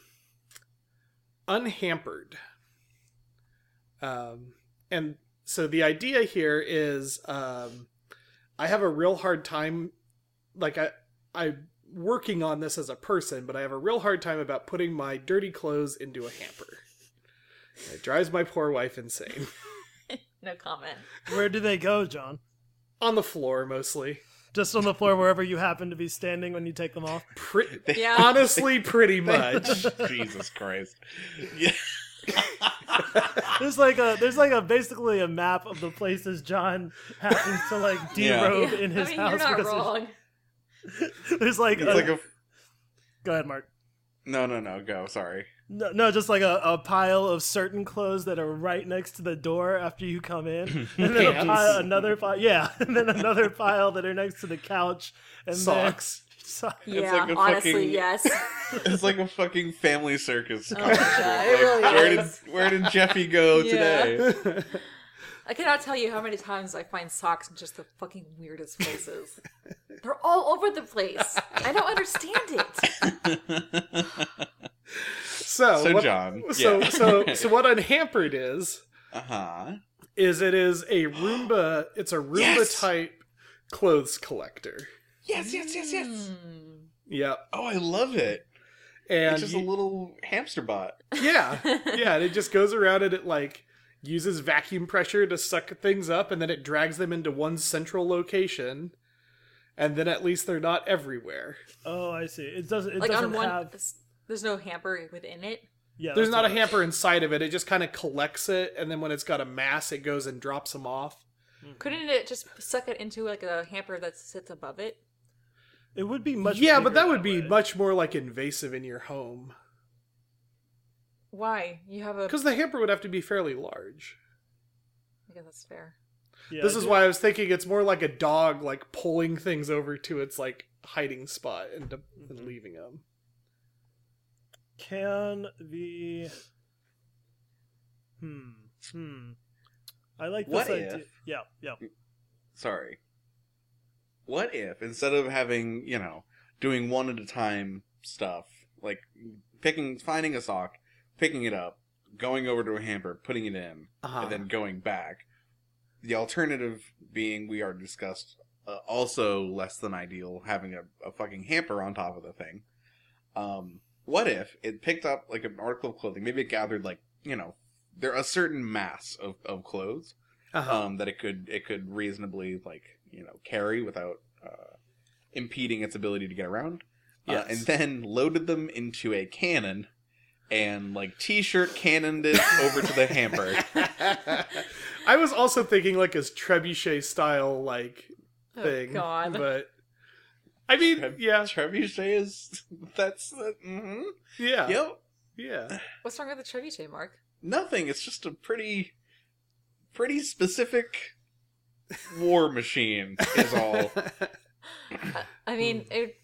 S1: unhampered. Um, and so the idea here is um, I have a real hard time, like, I, I'm working on this as a person, but I have a real hard time about putting my dirty clothes into a hamper. It drives my poor wife insane.
S3: No
S2: [laughs]
S3: comment.
S4: Where do they go, John?
S1: on the floor, mostly.
S4: Just on the floor, wherever you happen to be standing when you take them off.
S1: Pre-
S3: Yeah. [laughs]
S1: honestly
S2: [laughs]
S1: pretty much [laughs]
S2: Jesus Christ. Yeah.
S4: There's like a there's like a basically a map of the places John happens to like
S2: Yeah.
S4: derobe in
S3: I
S4: his
S3: mean,
S4: house.
S3: you're not
S4: because there's-
S2: [laughs]
S3: wrong.
S4: There's like,
S2: It's
S4: a-
S2: like a
S4: go ahead, Mark.
S2: No, no, no,
S1: [laughs]
S2: go. Sorry.
S4: No, no, just like a, a pile of certain clothes that are right next to the door after you come in,
S1: [laughs]
S4: and then a
S1: Pants.
S4: pile, another pile, yeah, [laughs] and then another pile that are next to the couch, and
S1: socks [laughs]
S4: Then, [laughs] socks.
S3: Yeah,
S2: like a
S3: honestly,
S2: fucking- [laughs]
S3: yes.
S2: It's like a fucking family circus.
S3: Oh,
S2: concert.
S3: yeah, it
S2: Like,
S3: really
S2: where
S3: is.
S2: did where did Jeffy go
S3: [laughs] Yeah.
S2: today?
S3: I cannot tell you how many times I find socks in just the fucking weirdest places. They're all over the place. I don't understand it. [laughs]
S1: so
S2: So
S1: what,
S2: John.
S1: so [laughs]
S2: yeah. [laughs]
S1: so so what unhampered is
S2: uh-huh.
S1: is it is a roomba it's a roomba
S2: Yes!
S1: type clothes collector
S2: [laughs] Yes, yes, yes, yes.
S1: Mm.
S3: Hmm.
S1: yep
S2: Oh, I love it.
S1: and
S2: It's just a
S1: you-
S2: little hamster bot. [laughs]
S1: yeah yeah and it just goes around and it like uses vacuum pressure to suck things up and then it drags them into one central location and then at least they're not everywhere
S4: Oh, I see. It doesn't. It
S3: like
S4: doesn't
S3: on one,
S4: have.
S3: there's no hamper within it.
S4: Yeah,
S1: There's
S4: that's
S1: not a
S4: what it is.
S1: hamper inside of it. It just kind of collects it, and then when it's got a mass, it goes and drops them off.
S3: Couldn't it just suck it into like a hamper that sits above it?
S4: It would be much.
S1: yeah, but
S4: bigger
S1: that would be
S4: way.
S1: much more like invasive in your home
S3: Why? You have a.
S1: because the hamper would have to be fairly large.
S3: I guess that's fair.
S4: Yeah,
S1: this
S4: I
S1: is
S4: do-
S1: why I was thinking it's more like a dog like pulling things over to its like hiding spot and, and
S4: Mhm.
S1: leaving them.
S4: Can the hmm hmm. I like
S2: What
S4: this idea.
S2: if-
S4: Yeah,
S1: [laughs]
S4: yeah.
S2: Sorry. What if instead of having, you know, doing one at a time stuff, like picking finding a sock, picking it up, going over to a hamper, putting it in,
S1: Uh-huh.
S2: and then going back. The alternative being we are discussed, uh, also less than ideal, having a, a fucking hamper on top of the thing. Um, what if it picked up like an article of clothing? Maybe it gathered like you know, there a certain mass of, of clothes
S1: Uh-huh.
S2: um, that it could it could reasonably like you know carry without uh, impeding its ability to get around. Uh,
S1: Yes.
S2: and then loaded them into a cannon and like t-shirt cannoned it over to the hamper.
S1: [laughs] I was also thinking like his trebuchet style like
S3: Oh,
S1: thing,
S3: God.
S1: but I mean,
S2: Treb-
S1: yeah,
S2: Trebuchet is [laughs] that's that, mhm.
S1: yeah,
S2: yep.
S1: yeah.
S3: What's wrong with the trebuchet, Mark?
S2: Nothing. It's just a pretty, pretty specific [laughs] war machine. Is all.
S3: I mean,
S1: Hmm.
S3: it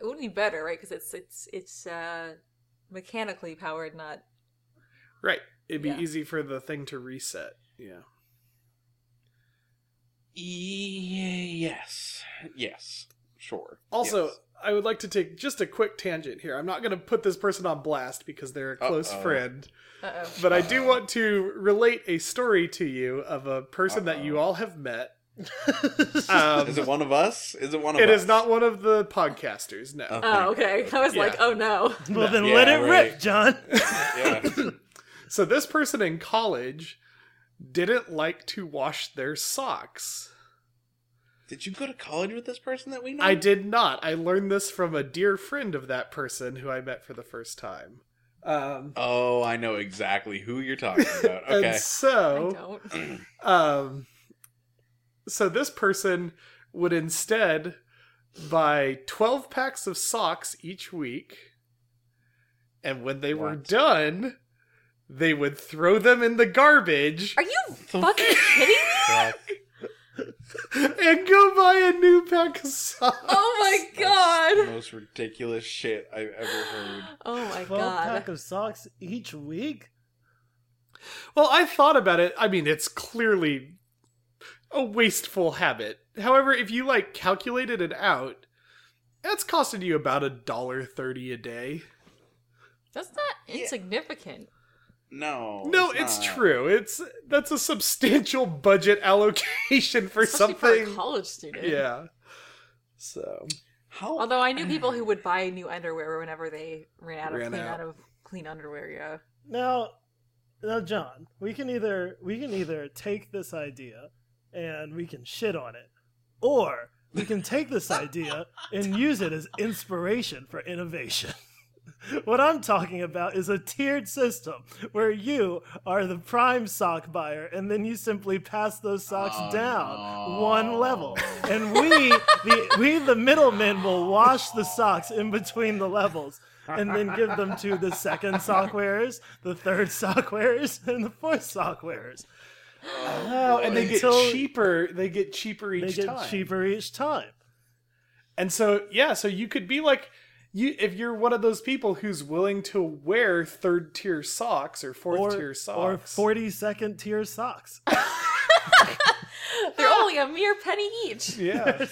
S3: it would be better, right? Because it's it's it's uh, mechanically powered, not
S1: [laughs] right. It'd be
S3: Yeah.
S1: easy for the thing to reset. Yeah.
S2: Ye- [laughs] yes. Yes. Sure.
S1: Also,
S2: Yes.
S1: I would like to take just a quick tangent here. I'm not going to put this person on blast because they're a close
S2: Uh-oh.
S1: friend, [laughs]
S3: Uh oh.
S1: but I do
S2: Uh-oh.
S1: want to relate a story to you of a person that you
S2: Uh-oh.
S1: all have met. Um,
S2: is it one of us? Is it one of
S1: it
S2: us?
S1: is not one of the podcasters, no.
S2: Uh.
S3: Oh, okay. [laughs] I was like,
S1: Yeah.
S3: oh no.
S4: well, then
S2: Yeah,
S4: let it
S2: right.
S1: [laughs]
S4: rip, John.
S2: Yeah. [laughs]
S1: So this person in college didn't like to wash their socks.
S2: Did you go to college with this person that we know?
S1: I
S3: Mm.
S1: did not. I learned this from a dear friend of that person who I met for the first time. Um,
S2: Oh, I know exactly who you're talking [laughs] about. Okay.
S1: And so,
S3: I don't.
S1: [laughs] Um, so this person would instead buy 12 packs of socks each week. And when they were
S2: What?
S1: done, they would throw them in the garbage
S3: Are you fucking
S1: [laughs]
S3: kidding me?
S2: Yeah.
S1: and go buy a new pack of socks.
S3: Oh my
S2: That's the
S3: god.
S2: most ridiculous shit I've ever heard.
S3: Oh my
S4: Twelve pack
S3: god.
S4: of socks each week.
S1: Well, I thought about it. I mean, it's clearly a wasteful habit. However, if you like calculated it out, that's costing you about a dollar thirty a day.
S3: That's not insignificant.
S2: No.
S1: No, it's,
S2: not.
S1: true. It's that's a substantial budget allocation for
S3: Especially
S1: something.
S3: for a college student.
S1: yeah. So
S2: How?
S3: Although I knew people who would buy new underwear whenever they ran out of
S1: Ran
S3: clean
S1: out.
S3: out. of clean underwear, yeah.
S1: [laughs]
S4: Now, now, John, we can either we can either take this idea and we can shit on it, or we can take this idea and use it as inspiration for innovation. [laughs] What I'm talking about is a tiered system where you are the prime sock buyer and then you simply pass those socks
S2: Oh,
S4: down
S2: no.
S4: one level. And we the we the middlemen will wash the socks in between the levels and then give them to the second sock wearers, the third sock wearers, and the fourth sock wearers.
S1: Oh, and they get
S4: Until-
S1: cheaper. They get cheaper each
S4: they get
S1: time.
S4: cheaper each time.
S1: And so yeah, so you could be like you if you're one of those people who's willing to wear third tier socks or fourth tier socks.
S4: or 40 second tier socks.
S3: They're only a mere penny each.
S1: Yeah.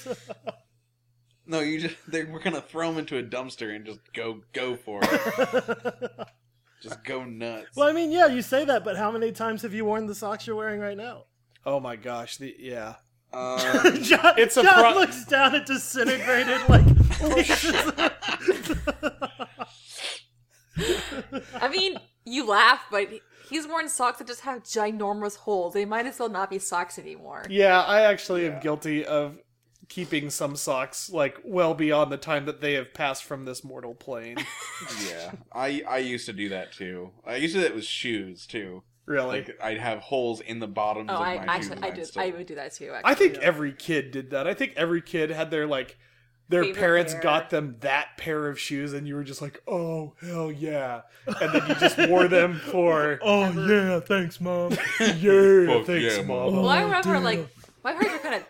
S2: No, you just they we're gonna throw them into a dumpster and just go go for it.
S4: [laughs]
S2: just go nuts.
S4: Well, I mean, yeah, you say that, but how many times have you worn the socks you're wearing right now? [laughs]
S1: oh my gosh. The, yeah.
S2: Uh,
S4: John,
S1: It's a
S4: John
S1: pro- Oh,
S4: looks down at
S1: [laughs]
S4: disintegrated like pieces.
S3: I mean, you laugh, but he's worn socks that just have ginormous holes. They might as well not be socks anymore.
S1: Yeah, I actually
S2: Yeah.
S1: am guilty of keeping some socks like well beyond the time that they have passed from this mortal plane. [laughs]
S2: yeah, I I used to do that too. I used to do that with shoes too.
S1: Really.
S2: Like I'd have holes in the bottoms
S3: Oh,
S2: of
S3: I
S2: my shoes.
S3: actually,
S2: and
S3: I
S2: I'd
S3: do,
S2: still-
S3: I would do that too. Actually.
S1: I think every kid did that. I think every kid had their like their
S3: favorite
S1: parents
S3: pair.
S1: got them that pair of shoes, and you were just like, "Oh hell yeah!" And then you just wore
S2: [laughs]
S1: them for
S4: Oh yeah, thanks, mom.
S1: yeah,
S2: Fuck
S1: thanks,
S2: yeah,
S1: mom.
S4: Mom.
S3: Well, I
S4: Oh,
S3: remember
S4: dear.
S3: like my parents were kind of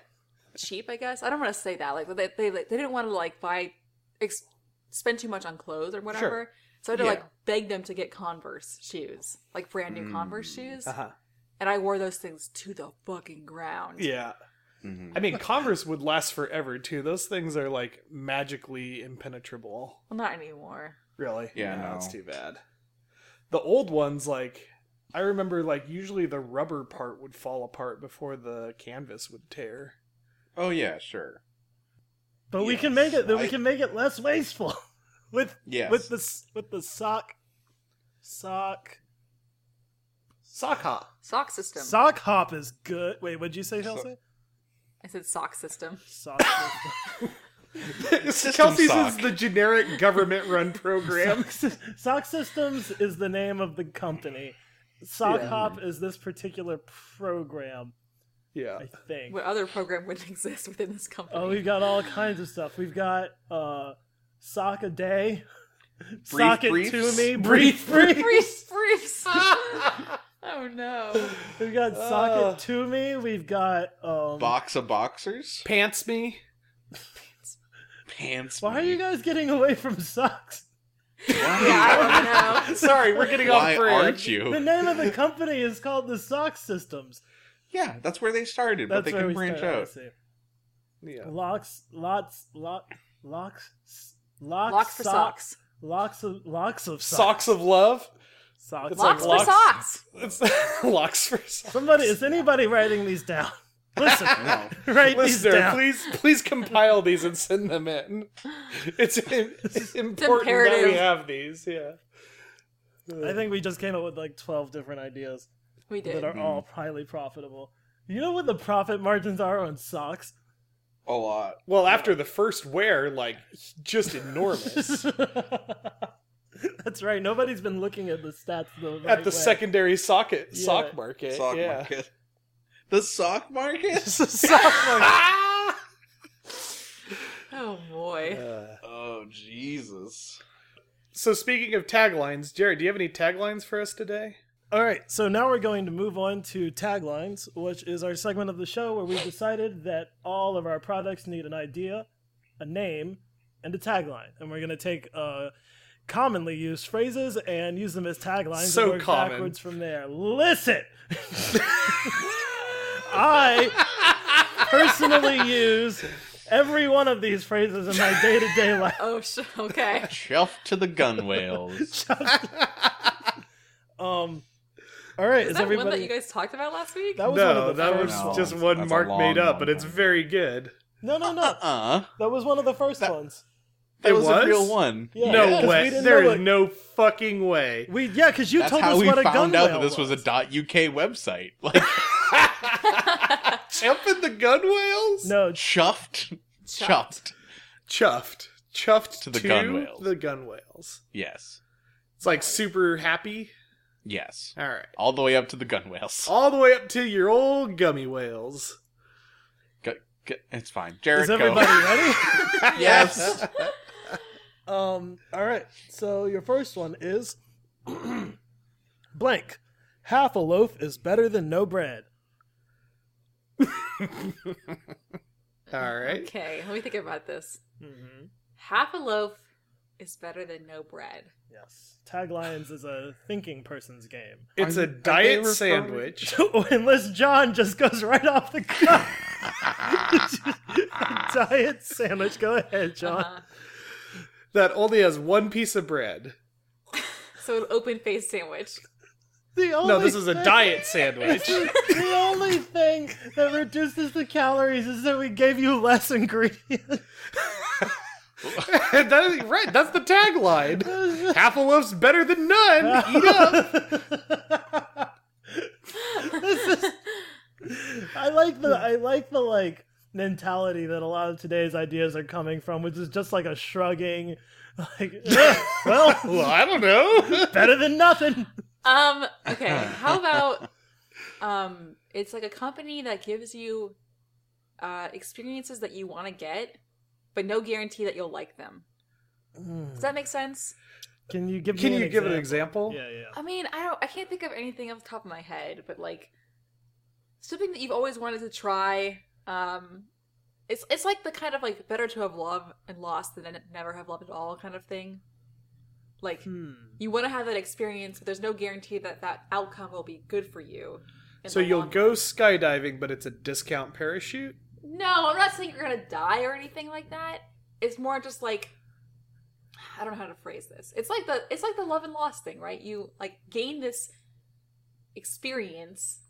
S3: cheap, I guess. I don't want to say that, like, but they they, like, they didn't want to like buy ex- spend too much on clothes or whatever. So I had to
S1: Yeah.
S3: like beg them to get Converse shoes, like brand new Converse shoes,
S1: Uh-huh.
S3: and I wore those things to the fucking ground.
S1: Yeah,
S2: Mhm.
S1: I mean Converse would last forever too. Those things are like magically impenetrable.
S3: Well, not anymore.
S1: Really?
S2: Yeah,
S1: no,
S2: no.
S1: it's too bad. The old ones, like I remember, like usually the rubber part would fall apart before the canvas would tear.
S2: Oh yeah, sure.
S4: But we can
S2: Yes,
S4: make it. Then we
S2: I-
S4: can make it less wasteful [laughs] with
S2: Yes.
S4: with the s- with the sock sock
S1: Sock hop.
S3: Sock system.
S4: sock hop is good. Wait, what'd you say,
S2: So-
S4: Kelsey?
S3: I said sock system.
S4: Sock. system.
S2: System
S1: Kelsey's is
S2: sock.
S1: the generic government-run program.
S4: sock, Sy- [laughs] sock Systems is the name of the company. Sock
S1: Yeah.
S4: Hop is this particular program,
S1: yeah.
S4: I think.
S3: What other program would [laughs] exist within this company? [laughs]
S4: Oh, we've got all kinds of stuff. We've got uh, sock a day, sock it
S2: briefs.
S4: to me, brief brief.
S3: briefs, briefs. oh no.
S4: We've got sock
S1: Uh.
S3: Ah.
S4: it to me. We've got um.
S2: Box of boxers.
S1: Pants me.
S2: Pants.
S4: Why are you guys getting away from socks?
S3: Yeah,
S2: Why,
S3: I don't
S1: [laughs]
S3: know.
S1: Sorry, we're getting off
S2: why
S1: brand.
S2: aren't
S4: The [laughs]
S2: you?
S4: name of the company is called the Sock Systems.
S2: Yeah, that's where they started,
S4: That's
S2: but they
S4: where
S2: can
S4: we
S2: branch
S4: start, I
S2: out.
S4: see.
S1: Yeah.
S4: Locks, lots, lock, locks, s- locks,
S3: Locks for
S4: socks,
S3: socks.
S4: locks of locks of socks.
S1: Socks of love.
S4: socks.
S1: It's
S3: Locks
S1: like
S3: for socks.
S1: It's [laughs] locks for socks.
S4: Somebody, is anybody writing these down? [laughs] Listen,
S2: [laughs]
S4: write these
S1: Listener,
S4: down.
S1: please please compile these and send them in. It's, it's important that we
S3: imperative.
S1: have these. Yeah.
S4: I think we just came up with like twelve different ideas
S3: We
S4: that
S3: did.
S4: are all highly profitable. You know what the profit margins are on socks?
S2: A lot.
S1: Well, after the first wear, like just
S4: [laughs]
S1: enormous.
S4: That's right. Nobody's been looking at the stats the right
S1: At the
S4: way.
S1: secondary socket
S4: Yeah.
S1: sock market.
S2: Sock
S1: yeah.
S2: market. [laughs] The sock
S4: [laughs]
S2: market.
S1: sock
S2: [laughs]
S1: Ah!
S3: Oh boy.
S1: market. Uh,
S2: Oh Jesus.
S1: so speaking of taglines, Jared, do you have any taglines for us today?
S4: All right, so now we're going to move on to taglines, which is our segment of the show where we've decided that all of our products need an idea, a name, and a tagline. And we're going to take uh, commonly used phrases and use them as taglines
S1: So
S4: and work
S1: common.
S4: backwards from there. Listen! [laughs] I personally use every one of these phrases in my day to day life.
S3: Oh, sh-
S4: [laughs]
S3: okay.
S2: Shelf to
S1: [laughs]
S2: the gunwales.
S4: Um, all right,
S3: Is
S4: is
S3: that one that
S4: everybody.
S3: you guys talked about last week?
S4: that was one
S1: no,
S4: of the
S1: that
S4: first
S1: was
S2: ones.
S1: just one
S2: That's a
S1: Mark
S2: long
S1: made up,
S2: one,
S1: but it's
S2: though.
S1: very good.
S4: No, no, no.
S2: [laughs] Uh-uh.
S4: That was one of the first
S2: That-
S4: ones.
S2: That
S1: It
S2: was,
S1: was?
S2: a real one.
S4: Yeah.
S1: no
S4: 'cause we
S1: way.
S4: didn't
S1: There
S4: know
S1: is
S4: it.
S1: no fucking way.
S4: We yeah, because you
S2: That's
S4: told
S2: how
S4: us
S2: we
S4: what a
S2: found out
S4: gunwale
S2: that this was a .UK
S4: [laughs]
S2: website. Like
S3: [laughs]
S1: Chump in the gunwales?
S2: [laughs]
S4: No,
S2: chuffed, chuffed.
S1: Chuffed. Chuffed
S2: To the gunwales.
S1: The gunwales.
S2: Yes,
S1: It's like super happy.
S2: yes.
S1: All right.
S2: All the way up to the gunwales.
S1: All the way up to your old gummy whales.
S2: Gu- gu- It's fine. Jared,
S4: is
S2: go.
S4: everybody ready?
S2: [laughs]
S4: [laughs]
S2: Yes.
S4: Um. All right. So your first one is [clears throat] blank. Half a loaf is better than no bread.
S1: All right.
S3: Okay, let me think about this.
S4: Mm-hmm.
S3: Half a loaf is better than no bread.
S4: Yes. Taglines is a thinking person's game. [laughs]
S1: It's
S2: Are-
S1: a
S2: are they
S1: diet
S2: referring-
S1: sandwich.
S4: Unless John just goes right off
S1: [laughs]
S4: the cuff. [laughs] Diet sandwich. Go ahead, John.
S3: Uh-huh.
S1: that only has one piece of bread.
S3: So an open face sandwich.
S4: The only
S1: No, this is a
S4: thing-
S1: diet sandwich. [laughs]
S4: [laughs] the only thing that reduces the calories is that we gave you
S1: [laughs]
S4: less ingredients.
S1: that is, right, that's the tagline. Half a loaf's better than none.
S4: [laughs]
S1: Eat up.
S4: [laughs] This is- [laughs] I like the I like the like mentality that a lot of today's ideas are coming from, which is just like a shrugging,
S1: [laughs]
S4: like well,
S1: Well, I don't know.
S4: better than nothing.
S3: Um,
S1: [laughs]
S3: okay, how about um it's like a company that gives you uh experiences that you want to get but no guarantee that you'll like them. Does that make sense?
S4: Can you give
S1: Hmm. [laughs] Can
S4: me
S1: you [laughs]
S4: an
S1: give an
S4: example?
S1: example?
S4: Yeah, yeah.
S3: I mean, I don't. I can't think of anything off the top of my head, but like something that you've always wanted to try. Um, it's it's like the kind of like better to have loved and lost than to never have loved at all kind of thing. Like
S1: Hmm.
S3: you want to have that experience, but there's no guarantee that that outcome will be good for you. in
S1: So
S3: the
S1: you'll
S3: long
S1: go skydiving, but it's a discount parachute.
S3: No, I'm not saying you're gonna die or anything like that. It's more just like I don't know how to phrase this. It's like the it's like the love and loss thing, right? You like gain this experience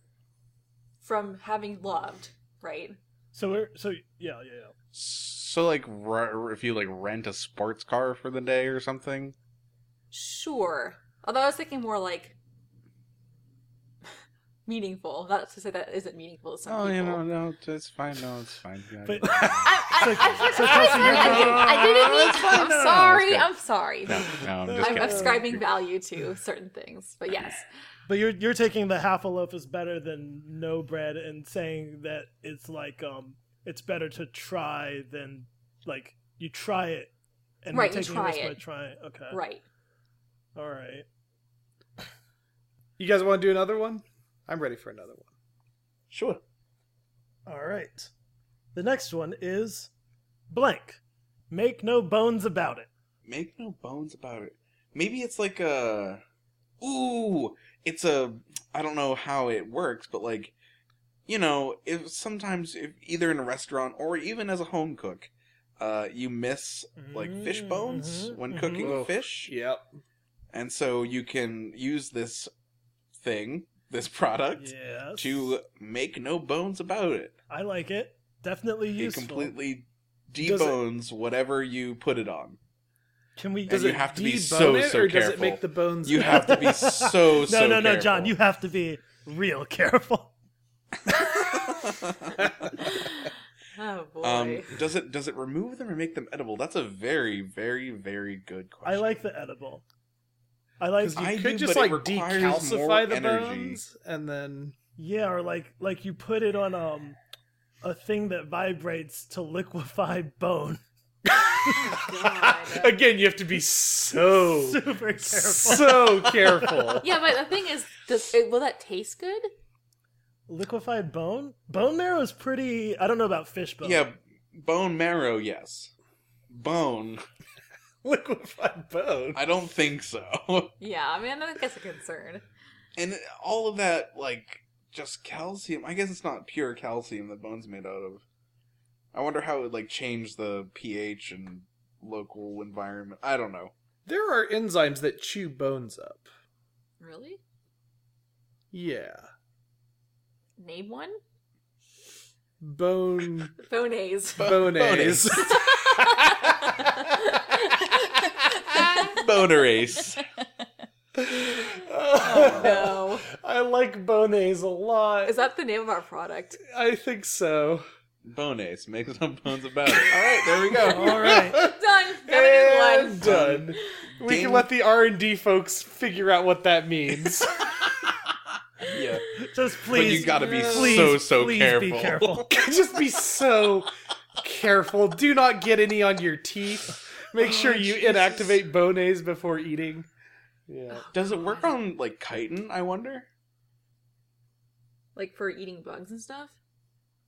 S3: from having loved, right?
S4: So we're so yeah, yeah, yeah.
S2: So like, r- if you like rent a sports car for the day or something,
S3: Sure. Although I was thinking more like [laughs] meaningful. Not to say that isn't meaningful to some
S2: Oh,
S3: people.
S2: you know, no, it's fine. No, it's fine. Yeah,
S4: But- [laughs]
S3: I, I,
S4: So-
S3: I,
S4: so
S3: I-
S4: Chelsea,
S3: I-
S4: you're-
S3: I didn't- I didn't mean.
S2: fine. No, no, no,
S3: I'm
S2: it's
S3: sorry.
S2: good.
S3: I'm sorry.
S2: no, no, I'm just
S3: I'm
S2: kidding.
S3: ascribing value to certain things, but yes,
S4: But you're you're taking the half a loaf is better than no bread and saying that it's like um it's better to try than like you try it and
S3: Right, you
S4: you're taking
S3: try
S4: this by
S3: it.
S4: trying. Okay.
S2: [laughs]
S3: right.
S4: All right.
S1: You guys want to do another one? I'm ready for another one.
S4: Sure. All right. The next one is blank. Make no bones about it.
S2: Make no bones about it. Maybe it's like a. Ooh, it's a. I don't know how it works, but like, you know, if sometimes, if either in a restaurant or even as a home cook, uh, you miss like fish bones
S4: Mhm,
S2: when
S4: mhm.
S2: cooking
S1: Oh,
S2: fish,
S1: Yep.
S2: and so you can use this thing, this product,
S4: Yes.
S2: to make no bones about it.
S4: I like it. Definitely
S2: It
S4: useful.
S2: completely
S1: Does it-
S2: debones whatever you put it on.
S4: Can we?
S1: Does
S2: Does you
S1: it
S2: have to be
S1: debone
S2: so,
S1: it,
S2: so
S1: or does it
S2: careful.
S1: make the bones?
S2: You have to
S4: [laughs]
S2: be so
S4: no,
S2: so
S4: no, no, John.
S2: careful.
S4: You have to be real [laughs] careful.
S3: [laughs] Oh boy.
S2: [laughs] um, does it does it remove them or make them edible? That's a very very very good question.
S4: I like the edible. I like
S1: [laughs] 'Cause you
S2: I
S1: could
S2: do,
S1: just like
S2: but it requires more
S1: decalcify the
S2: energy.
S1: bones and then
S4: yeah, or like like you put it on um a thing that vibrates to liquefy bone.
S3: God.
S1: [laughs] again you have to be
S2: Oh.
S1: so
S4: [laughs] Super
S1: [laughs]
S4: careful.
S1: so
S2: [laughs]
S1: careful.
S3: yeah, but the thing is, does it, will that taste good?
S4: liquefied bone? Bone marrow is pretty. I don't know about fish bone.
S2: Yeah, bone marrow. Yes, bone.
S1: Liquefied bone.
S2: I don't think so. [laughs]
S3: Yeah, I mean, I guess a concern.
S2: and all of that like just calcium. I guess it's not pure calcium that bone's made out of. I wonder how it would like change the pH and local environment. I don't know.
S1: There are enzymes that chew bones up.
S3: Really?
S1: Yeah.
S3: Name one?
S2: [laughs]
S1: Bone
S3: Bonaise.
S1: bones.
S2: [laughs] Boner ace.
S3: [laughs] oh no.
S1: I like bones a lot.
S3: Is that the name of our product?
S1: I think so.
S2: Bone ace. Make some bones about it. All right, there we go.
S4: All
S1: [laughs]
S4: right.
S3: Done. Got a new
S1: And
S3: one.
S1: done. We
S2: Ding.
S1: can let the R and D folks figure out what that [laughs] means.
S2: Yeah.
S4: Just
S2: But
S4: please.
S2: you gotta be
S4: please,
S2: so so
S4: please
S2: careful.
S4: be careful.
S2: [laughs]
S1: Just be so careful. Do not get any on your teeth. Make sure you inactivate bones before eating. Yeah.
S2: Does it work on like chitin? I wonder.
S3: Like for eating bugs and stuff?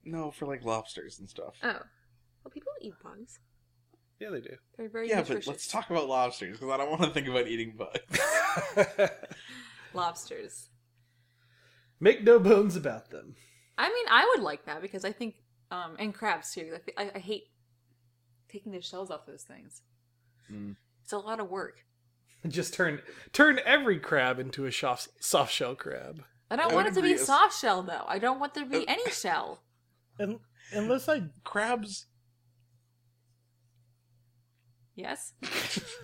S2: No, for like lobsters and stuff.
S3: Oh. Well, people eat bugs.
S1: Yeah, they do.
S3: They're very
S2: yeah,
S3: nutritious.
S2: but let's talk about lobsters because I don't want to think about eating bugs.
S3: Lobsters.
S1: [laughs] Make no bones about them.
S3: I mean, I would like that because I think, um, and crabs too. I, thi- I, I hate taking the shells off those things.
S2: Mm.
S3: It's a lot of work.
S1: Just turn turn every crab into a soft, soft shell crab.
S3: I don't
S2: I
S3: want
S2: would
S3: it to be
S2: agree.
S3: soft shell though. I don't want there to be any shell.
S4: Un- Unless I
S2: Crabs.
S1: [laughs]
S3: Yes.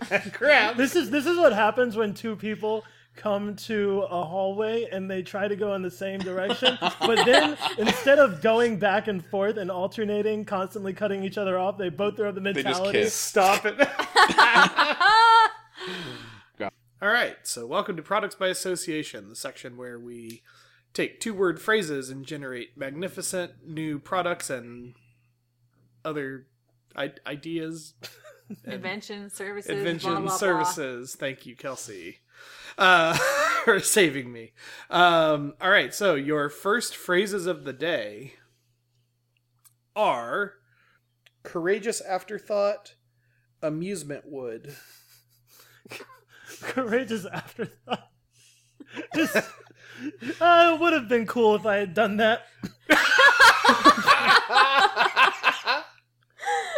S1: [laughs]
S3: [laughs]
S1: crab.
S4: This is this is what happens when two people come to a hallway and they try to go in the same direction, but
S2: [laughs]
S4: then instead of going back and forth and alternating, constantly cutting each other off, they both throw the
S2: just
S4: mentality.
S2: kiss.
S1: Stop it. [laughs]
S3: Ah!
S1: All right, so welcome to Products by Association, the section where we take two word phrases and generate magnificent new products and other I-
S3: [laughs]
S1: ideas,
S3: Invention, services,
S1: invention
S3: blah, blah, blah. [laughs]
S1: services. Thank you, Kelsey, uh, [laughs] for saving me. Um, all right, so your first phrases of the day are courageous afterthought, amusement
S3: [laughs]
S1: wood.
S4: [laughs]
S1: [laughs]
S4: Courageous afterthought. Just, uh, it would have been cool if I had done that.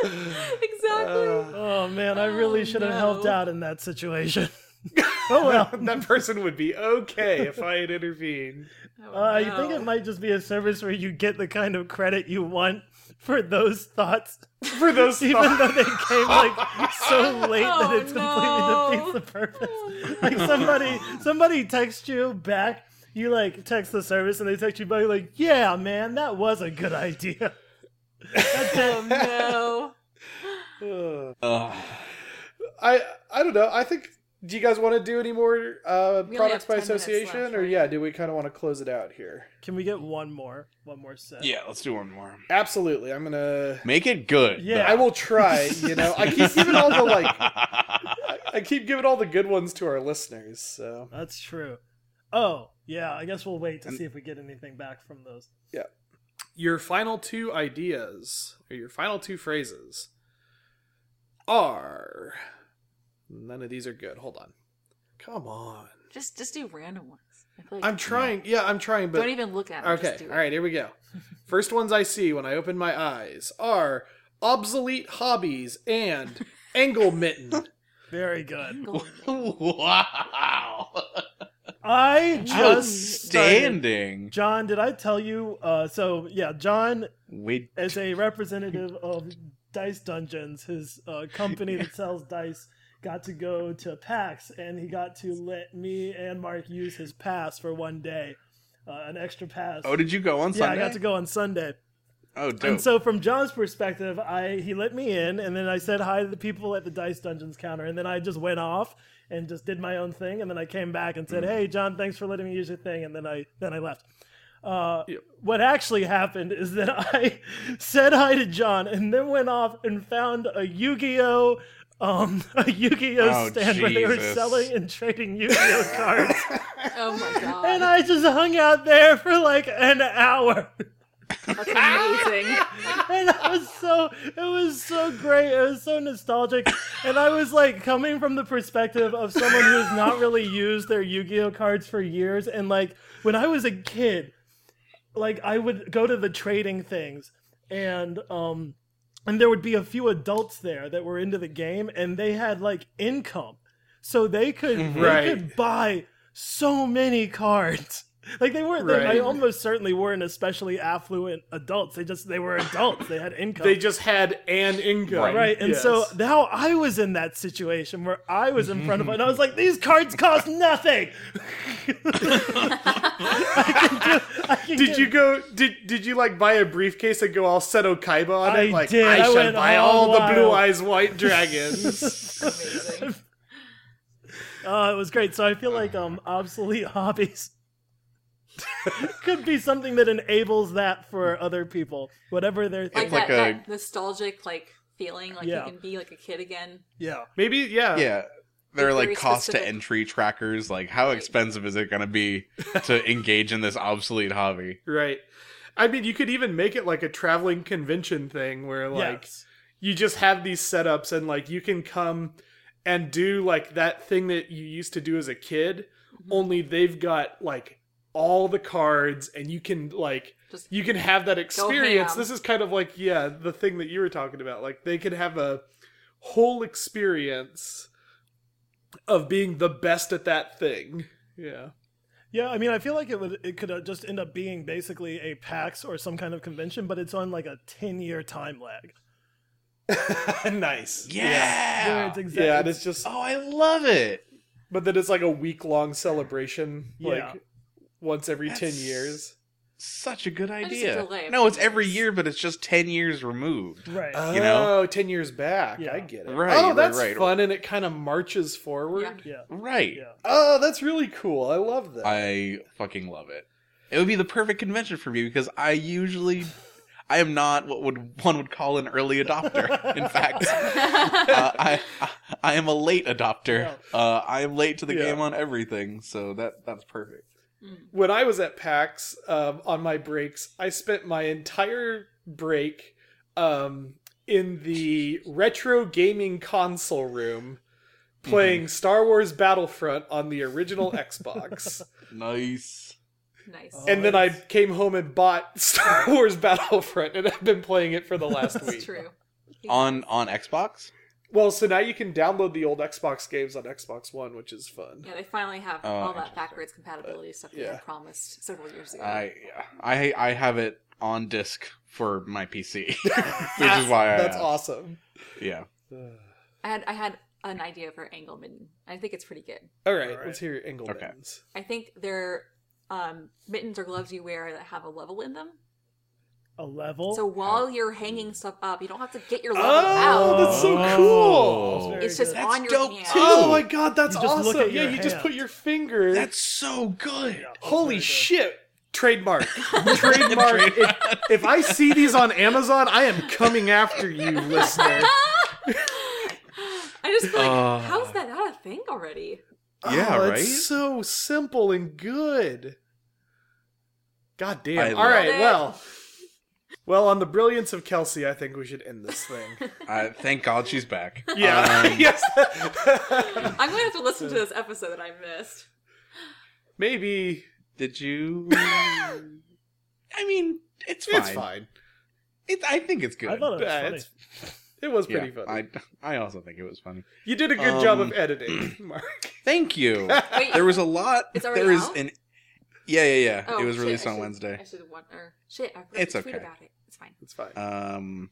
S3: exactly.
S4: Oh man, I really
S3: Oh,
S4: should have
S3: no.
S4: helped out in that situation. [laughs] oh well.
S1: [laughs] that person would be okay if I had intervened. [sighs]
S3: Oh,
S4: Uh, I think
S3: no.
S4: it might just be a service where you get the kind of credit you want for those thoughts,
S1: For those
S4: [laughs] even
S1: thoughts.
S4: though they came like so late that
S3: Oh,
S4: it completely
S3: no.
S4: defeats the purpose.
S3: Oh,
S4: Like somebody, somebody texts you back. You like text the service and they text you back like, "Yeah, man, that was a good idea." That's it.
S1: [laughs]
S4: [laughs]
S3: Oh, no.
S1: Ugh.
S2: Ugh.
S1: I I don't know. I think. Do you guys want to do any more uh,
S3: have
S1: products by
S3: 10 minutes
S1: association,
S3: left,
S1: or
S3: right?
S1: yeah, do we kind of want to close it out here?
S4: Can we get one more? One more set.
S2: Yeah, let's do one more.
S1: Absolutely, I'm gonna.
S2: Make it good.
S4: Yeah.
S1: I will try. You know, I keep giving all the like, I, I keep giving all the good ones to our listeners. So
S4: That's true. Oh, yeah, I guess we'll wait to
S2: And-
S4: see if we get anything back from those.
S1: your final two ideas or your final two phrases are none of these are good. Hold on, come on.
S3: Just just do random ones. I feel like
S1: I'm trying. Yeah, I'm trying. But
S3: don't even look at them.
S1: Okay,
S3: Just do it.
S1: all right, here we
S3: [laughs]
S1: go. First ones I see when I open my eyes are obsolete hobbies and angle
S3: [laughs]
S1: mitten.
S4: Very good.
S3: Go on.
S2: [laughs] wow.
S4: I just started.
S2: Outstanding.
S4: John, did I tell you? Uh, so yeah, John
S2: We
S4: as a representative of Dice Dungeons, his uh, company
S2: [laughs]
S4: that sells dice, got to go to PAX and he got to let me and Mark use his pass for one day, uh, an extra pass.
S2: Oh, did you go on
S4: yeah,
S2: Sunday?
S4: I got to go on Sunday.
S2: Oh, dope.
S4: And so, from John's perspective, I he let me in, and then I said hi to the people at the Dice Dungeons counter, and then I just went off and just did my own thing, and then I came back and
S2: Mm.
S4: said, "Hey, John, thanks for letting me use your thing," and then I then I left. Uh,
S1: Yep.
S4: What actually happened is that [laughs] I said hi to John, and then went off and found a Yu-Gi-Oh. Um, [laughs] a Yu-Gi-Oh
S2: Oh,
S4: stand where they were
S2: Jesus.
S4: selling and trading Yu-Gi-Oh cards,
S2: [laughs]
S3: Oh
S1: [laughs]
S3: my god.
S4: and I just hung out there for like an hour.
S3: That's amazing.
S4: [laughs] and I was so it was so great. It was so nostalgic, and I was like coming from the perspective of someone who's not really used their Yu-Gi-Oh cards for years, and like when I was a kid, like I would go to the trading things, and um, and there would be a few adults there that were into the game, and they had like income, so they could
S1: Right.
S4: they could buy so many cards. [laughs] Like they weren't. They, I
S1: Right.
S4: almost certainly weren't especially affluent adults. They just they were adults. They had income.
S1: They just had an income,
S2: Right.
S4: right. And so
S1: Yes. Mm-hmm.
S4: now I was in that situation where I was in front of it, and I was like, "These cards cost nothing." [laughs] I can do- I can
S1: Did
S4: get-
S1: you go? Did did you like buy a briefcase and go all Seto Kaiba on
S4: I
S1: it? Like
S4: did. I
S1: I should
S4: went
S1: buy
S4: all
S1: all the blue
S4: wild.
S1: eyes white
S4: [laughs]
S1: dragons.
S3: amazing.
S4: Oh, it was great. So I feel like um, obsolete [laughs] hobbies could be something that enables that for other people, whatever their thing.
S3: Like,
S2: It's like
S3: that,
S2: a-
S3: that nostalgic like feeling like
S4: Yeah.
S3: you can be like a kid again.
S4: yeah.
S1: Maybe yeah.
S2: yeah. There are like
S3: Uh, Very
S2: cost to
S3: specific.
S2: entry trackers. Like, how expensive is it going to be to engage in this obsolete hobby?
S1: Right. I mean, you could even make it like a traveling convention thing where like
S4: Yes.
S1: you just have these setups and like you can come and do like that thing that you used to do as a kid only they've got like all the cards and you can like
S3: Just-
S1: you can have that experience
S3: ham.
S1: this is kind of like yeah the thing that you were talking about like they could have a whole experience of being the best at that thing yeah
S4: Yeah, I mean, I feel like it would it could uh, just end up being basically a PAX or some kind of convention, but it's on like a ten year time lag.
S1: nice
S4: Where
S2: Yeah.
S4: it's exactly
S1: yeah and it's just
S2: Oh, I love it.
S1: but then it's like a week long celebration
S4: Yeah.
S1: like once every 10
S2: That's-
S1: years
S2: Such a good
S3: just a
S2: idea.
S3: delay of
S2: No, it's
S3: ten
S2: every
S3: years.
S2: year, but it's just 10 years removed.
S4: right.
S1: Oh,
S2: you know?
S1: 10 years back.
S4: Yeah.
S1: I get it.
S2: Right,
S1: Oh,
S2: right,
S1: that's
S2: right.
S1: fun, and it kind of marches forward.
S3: Yeah.
S4: yeah,
S2: Right.
S4: yeah.
S1: Oh, that's really cool. I love that.
S2: I fucking love it. It would be the perfect convention for me because I usually I am not what would one would call an early adopter. In fact,
S3: [laughs]
S2: uh, I, I I am a late adopter. Uh, I am late to the
S4: Yeah.
S2: game on everything, so that that's perfect.
S3: Mm,
S1: when I was at PAX um, on my breaks, I spent my entire break um, in the retro gaming console room
S2: Mm-hmm.
S1: playing Star Wars Battlefront on the
S2: [laughs]
S1: original Xbox.
S2: Nice.
S3: nice.
S4: Oh,
S1: and then I
S4: that's-
S1: came home and bought [laughs] Star Wars Battlefront and I've been playing it for the last
S3: That's
S1: week.
S3: true.
S2: On on Xbox?
S1: Well, so now you can download the old Xbox games on Xbox One, which is fun.
S3: Yeah, they finally have
S2: Oh,
S3: all that
S2: interesting.
S3: backwards compatibility stuff that
S1: yeah.
S3: they promised several years ago.
S2: I I I have it on disc for my PC, [laughs] which is why I
S1: That's
S2: asked.
S1: awesome.
S2: Yeah.
S3: I had I had an idea for Angelman. I think it's pretty good.
S1: All right,
S4: All right.
S1: let's hear your angle
S2: Okay.
S1: bends.
S3: I think they're um, mittens or gloves you wear that have a level in them.
S4: a level.
S3: So while you're hanging stuff up, you don't have to get your level
S1: Oh,
S3: out.
S1: that's so
S4: Oh.
S1: cool.
S4: Very
S3: It's just
S4: good.
S2: That's
S3: on your
S2: dope,
S3: hand.
S2: too.
S1: Oh
S2: Ooh.
S1: my god, that's
S4: You just
S1: awesome!
S4: look at
S1: yeah,
S4: your
S1: you just
S4: hand.
S1: put your finger.
S2: That's so good.
S4: Yeah, that's
S1: holy
S4: very good.
S1: shit!
S4: [laughs]
S1: Trademark, trademark. if, if I see these on Amazon, I am coming after you,
S3: [laughs]
S1: listener.
S3: I just feel like,
S2: Uh.
S3: how's that not a thing already?
S2: Yeah,
S1: Oh,
S2: right?
S1: It's so simple and good. God damn!
S2: I
S1: All
S2: love
S1: right,
S3: it.
S1: well, well, on the brilliance of Kelsey, I think we should end this thing.
S2: Uh, thank God she's back.
S1: Yeah. [laughs]
S2: [laughs] Um,
S1: yes.
S3: I'm going to have to listen to this episode that I missed.
S1: Maybe
S2: Did you? I mean, it's fine.
S1: it's fine.
S2: It, I think it's good.
S4: I thought it was
S1: Yeah,
S4: funny.
S1: it's- It was pretty
S2: yeah,
S1: funny.
S2: I I also think it was funny.
S1: You did a good job
S2: Um,
S1: of
S2: [clears throat]
S1: editing, Mark. [laughs]
S2: Thank you.
S3: Wait,
S2: there was a lot.
S3: It's already
S2: there is
S3: out?
S2: an. Yeah, yeah, yeah.
S3: oh,
S2: it was
S3: shit,
S2: released
S3: I
S2: on
S3: should-
S2: Wednesday.
S3: I should have won. Or, shit, I forgot
S2: It's
S3: to tweet
S2: okay.
S3: about it. It's fine.
S1: It's fine.
S2: Um,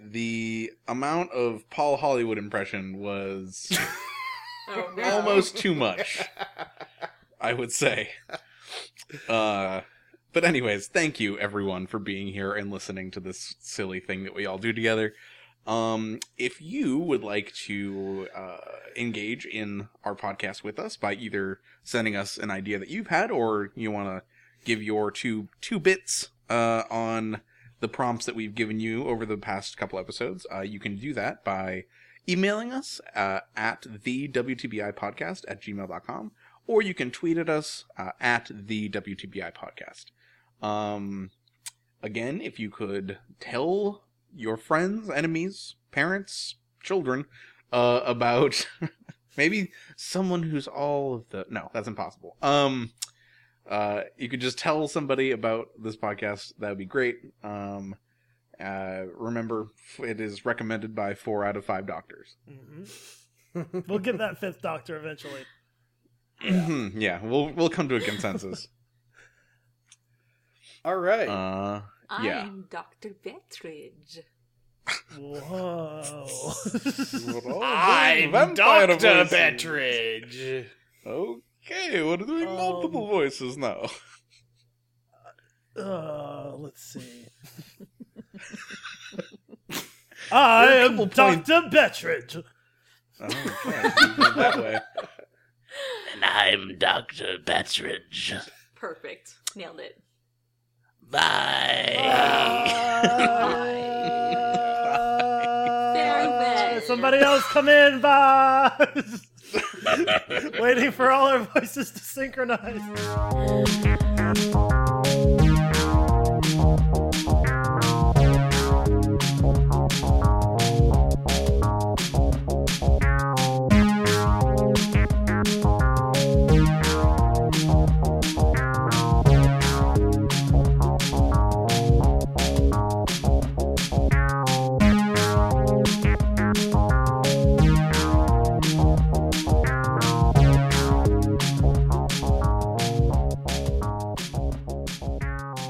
S2: the amount of Paul Hollywood impression was
S3: Oh, no.
S2: almost too much. I would say. Uh, but anyways, thank you everyone for being here and listening to this silly thing that we all do together. Um, if you would like to uh, engage in our podcast with us by either sending us an idea that you've had or you want to give your two two bits uh, on the prompts that we've given you over the past couple episodes, uh, you can do that by emailing us uh, at the WTBI podcast at gmail.com or you can tweet at us uh, at the WTBI podcast. Um, again, if you could tell your friends, enemies, parents, children uh, about [laughs] maybe someone who's all of the no, that's impossible. Um, uh, you could just tell somebody about this podcast. That would be great. Um, uh, remember, it is recommended by four out of five doctors.
S4: Mhm. we'll get that fifth doctor eventually.
S2: Mm-hmm. Yeah, we'll we'll come to a [laughs] consensus.
S1: All right.
S2: Uh,
S3: I'm
S2: yeah.
S3: Dr. Bettridge.
S2: [laughs]
S4: Whoa.
S2: oh,
S1: Bettridge.
S2: Okay, we're doing
S4: Um,
S2: multiple voices now.
S4: uh, let's see.
S2: There
S4: I
S2: are a
S4: am
S2: couple points- [laughs]
S4: Dr. Bettridge.
S2: Oh, that way.
S5: And I'm Dr. Bettridge.
S3: Perfect. Nailed it.
S5: Bye.
S4: Uh,
S3: Farewell.
S4: Somebody else come in, bye. [laughs] Waiting for all our voices to synchronize.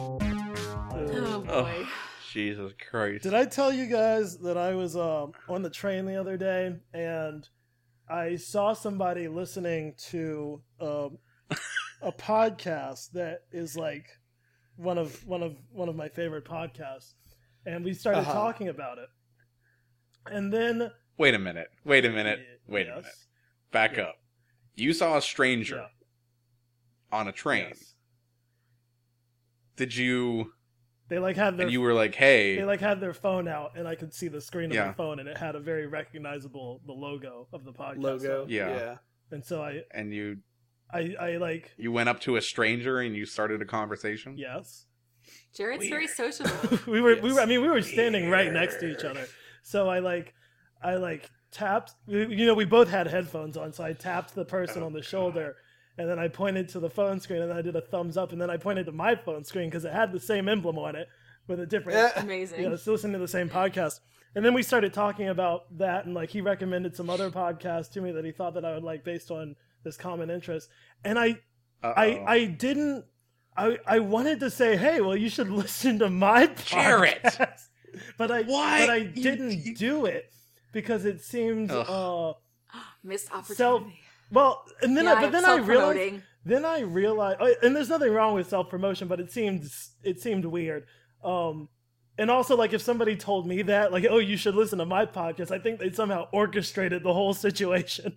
S3: Oh,
S2: Oh.
S3: boy.
S2: [laughs] Jesus Christ.
S4: Did I tell you guys that I was um, on the train the other day and I saw somebody listening to um, a podcast that is like one of one of one of my favorite podcasts, and we started
S1: Uh-huh.
S4: talking about it. And then
S2: Wait a minute. Wait a minute. Wait a minute.
S4: Yes.
S2: Back
S4: Yeah.
S2: up. You saw a stranger on a train.
S4: Yes.
S2: Did you
S4: They like had their
S2: and you were like, "Hey,
S4: they like had their phone out, and I could see the screen of
S2: Yeah.
S4: the phone, and it had a very recognizable the logo of the podcast
S1: logo.
S4: on it.
S2: Yeah.
S4: And so I
S2: and you
S4: I I like
S2: you went up to a stranger and you started a conversation."
S4: yes. [laughs]
S3: Jared's very
S2: Weird.
S3: sociable.
S4: we were we were, I
S1: Yes.
S4: mean we were standing right next to each other. So I like I like tapped you know we both had headphones on so I tapped the person
S2: Oh,
S4: on the shoulder and then I pointed to the phone screen and then I did a thumbs up and then I pointed to my phone screen cuz it had the same emblem on it with a different
S1: Yeah.
S3: Amazing.
S4: yeah, it's listening to the same podcast. And then we started talking about that, and like he recommended some other podcast to me that he thought that I would like based on this common interest. And I, I, I didn't. I, I wanted to say, hey, well, you should [laughs] listen to my
S2: Jarrett!
S4: podcast, but I,
S2: Why?
S4: but I
S2: You-
S4: didn't
S2: you-
S4: do it because it seemed,
S2: Ugh.
S4: uh,
S3: Missed
S4: So-
S3: opportunity.
S4: well, and then
S3: yeah,
S4: I, but then I realized
S3: self-promoting.
S4: then I realized, oh, and there's nothing wrong with self promotion, but it seemed it seemed weird. Um, and also, like if somebody told me that, like, oh, you should listen to my podcast, I think they somehow orchestrated the whole
S1: [laughs]
S4: situation.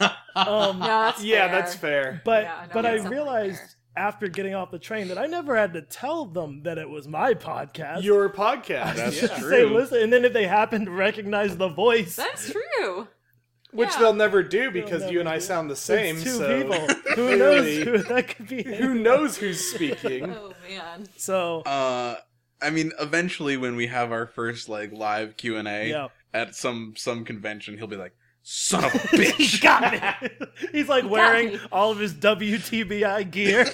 S3: No,
S4: Um,
S3: that's
S1: yeah,
S3: fair.
S1: that's fair.
S4: but
S3: Yeah, no,
S4: but I
S3: that's definitely
S4: realized
S3: fair.
S4: after getting off the train that I never had to tell them that it was my podcast.
S1: Your podcast.
S2: That's
S1: yeah.
S4: [laughs] Just
S2: true.
S4: say listen, and then if they happen to recognize the voice,
S3: That's true.
S1: Which
S3: Yeah.
S1: they'll never do because
S4: never
S1: you and I
S4: do.
S1: sound the same.
S4: it's two
S1: so
S4: people.
S1: [laughs]
S4: Who knows
S1: clearly-
S4: who that could be?
S1: who knows who's speaking?
S3: [laughs] Oh man.
S4: So
S2: uh, I mean, eventually, when we have our first like live Q and A
S4: yeah.
S2: at some some convention, he'll be like, "Son
S4: [laughs]
S2: of a bitch!"
S4: got me. [laughs] He's like
S3: got
S4: wearing
S3: me.
S4: all of his WTBI gear.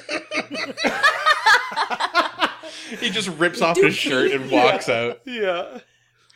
S4: [laughs]
S2: he just rips off his shirt and walks out.
S1: Yeah.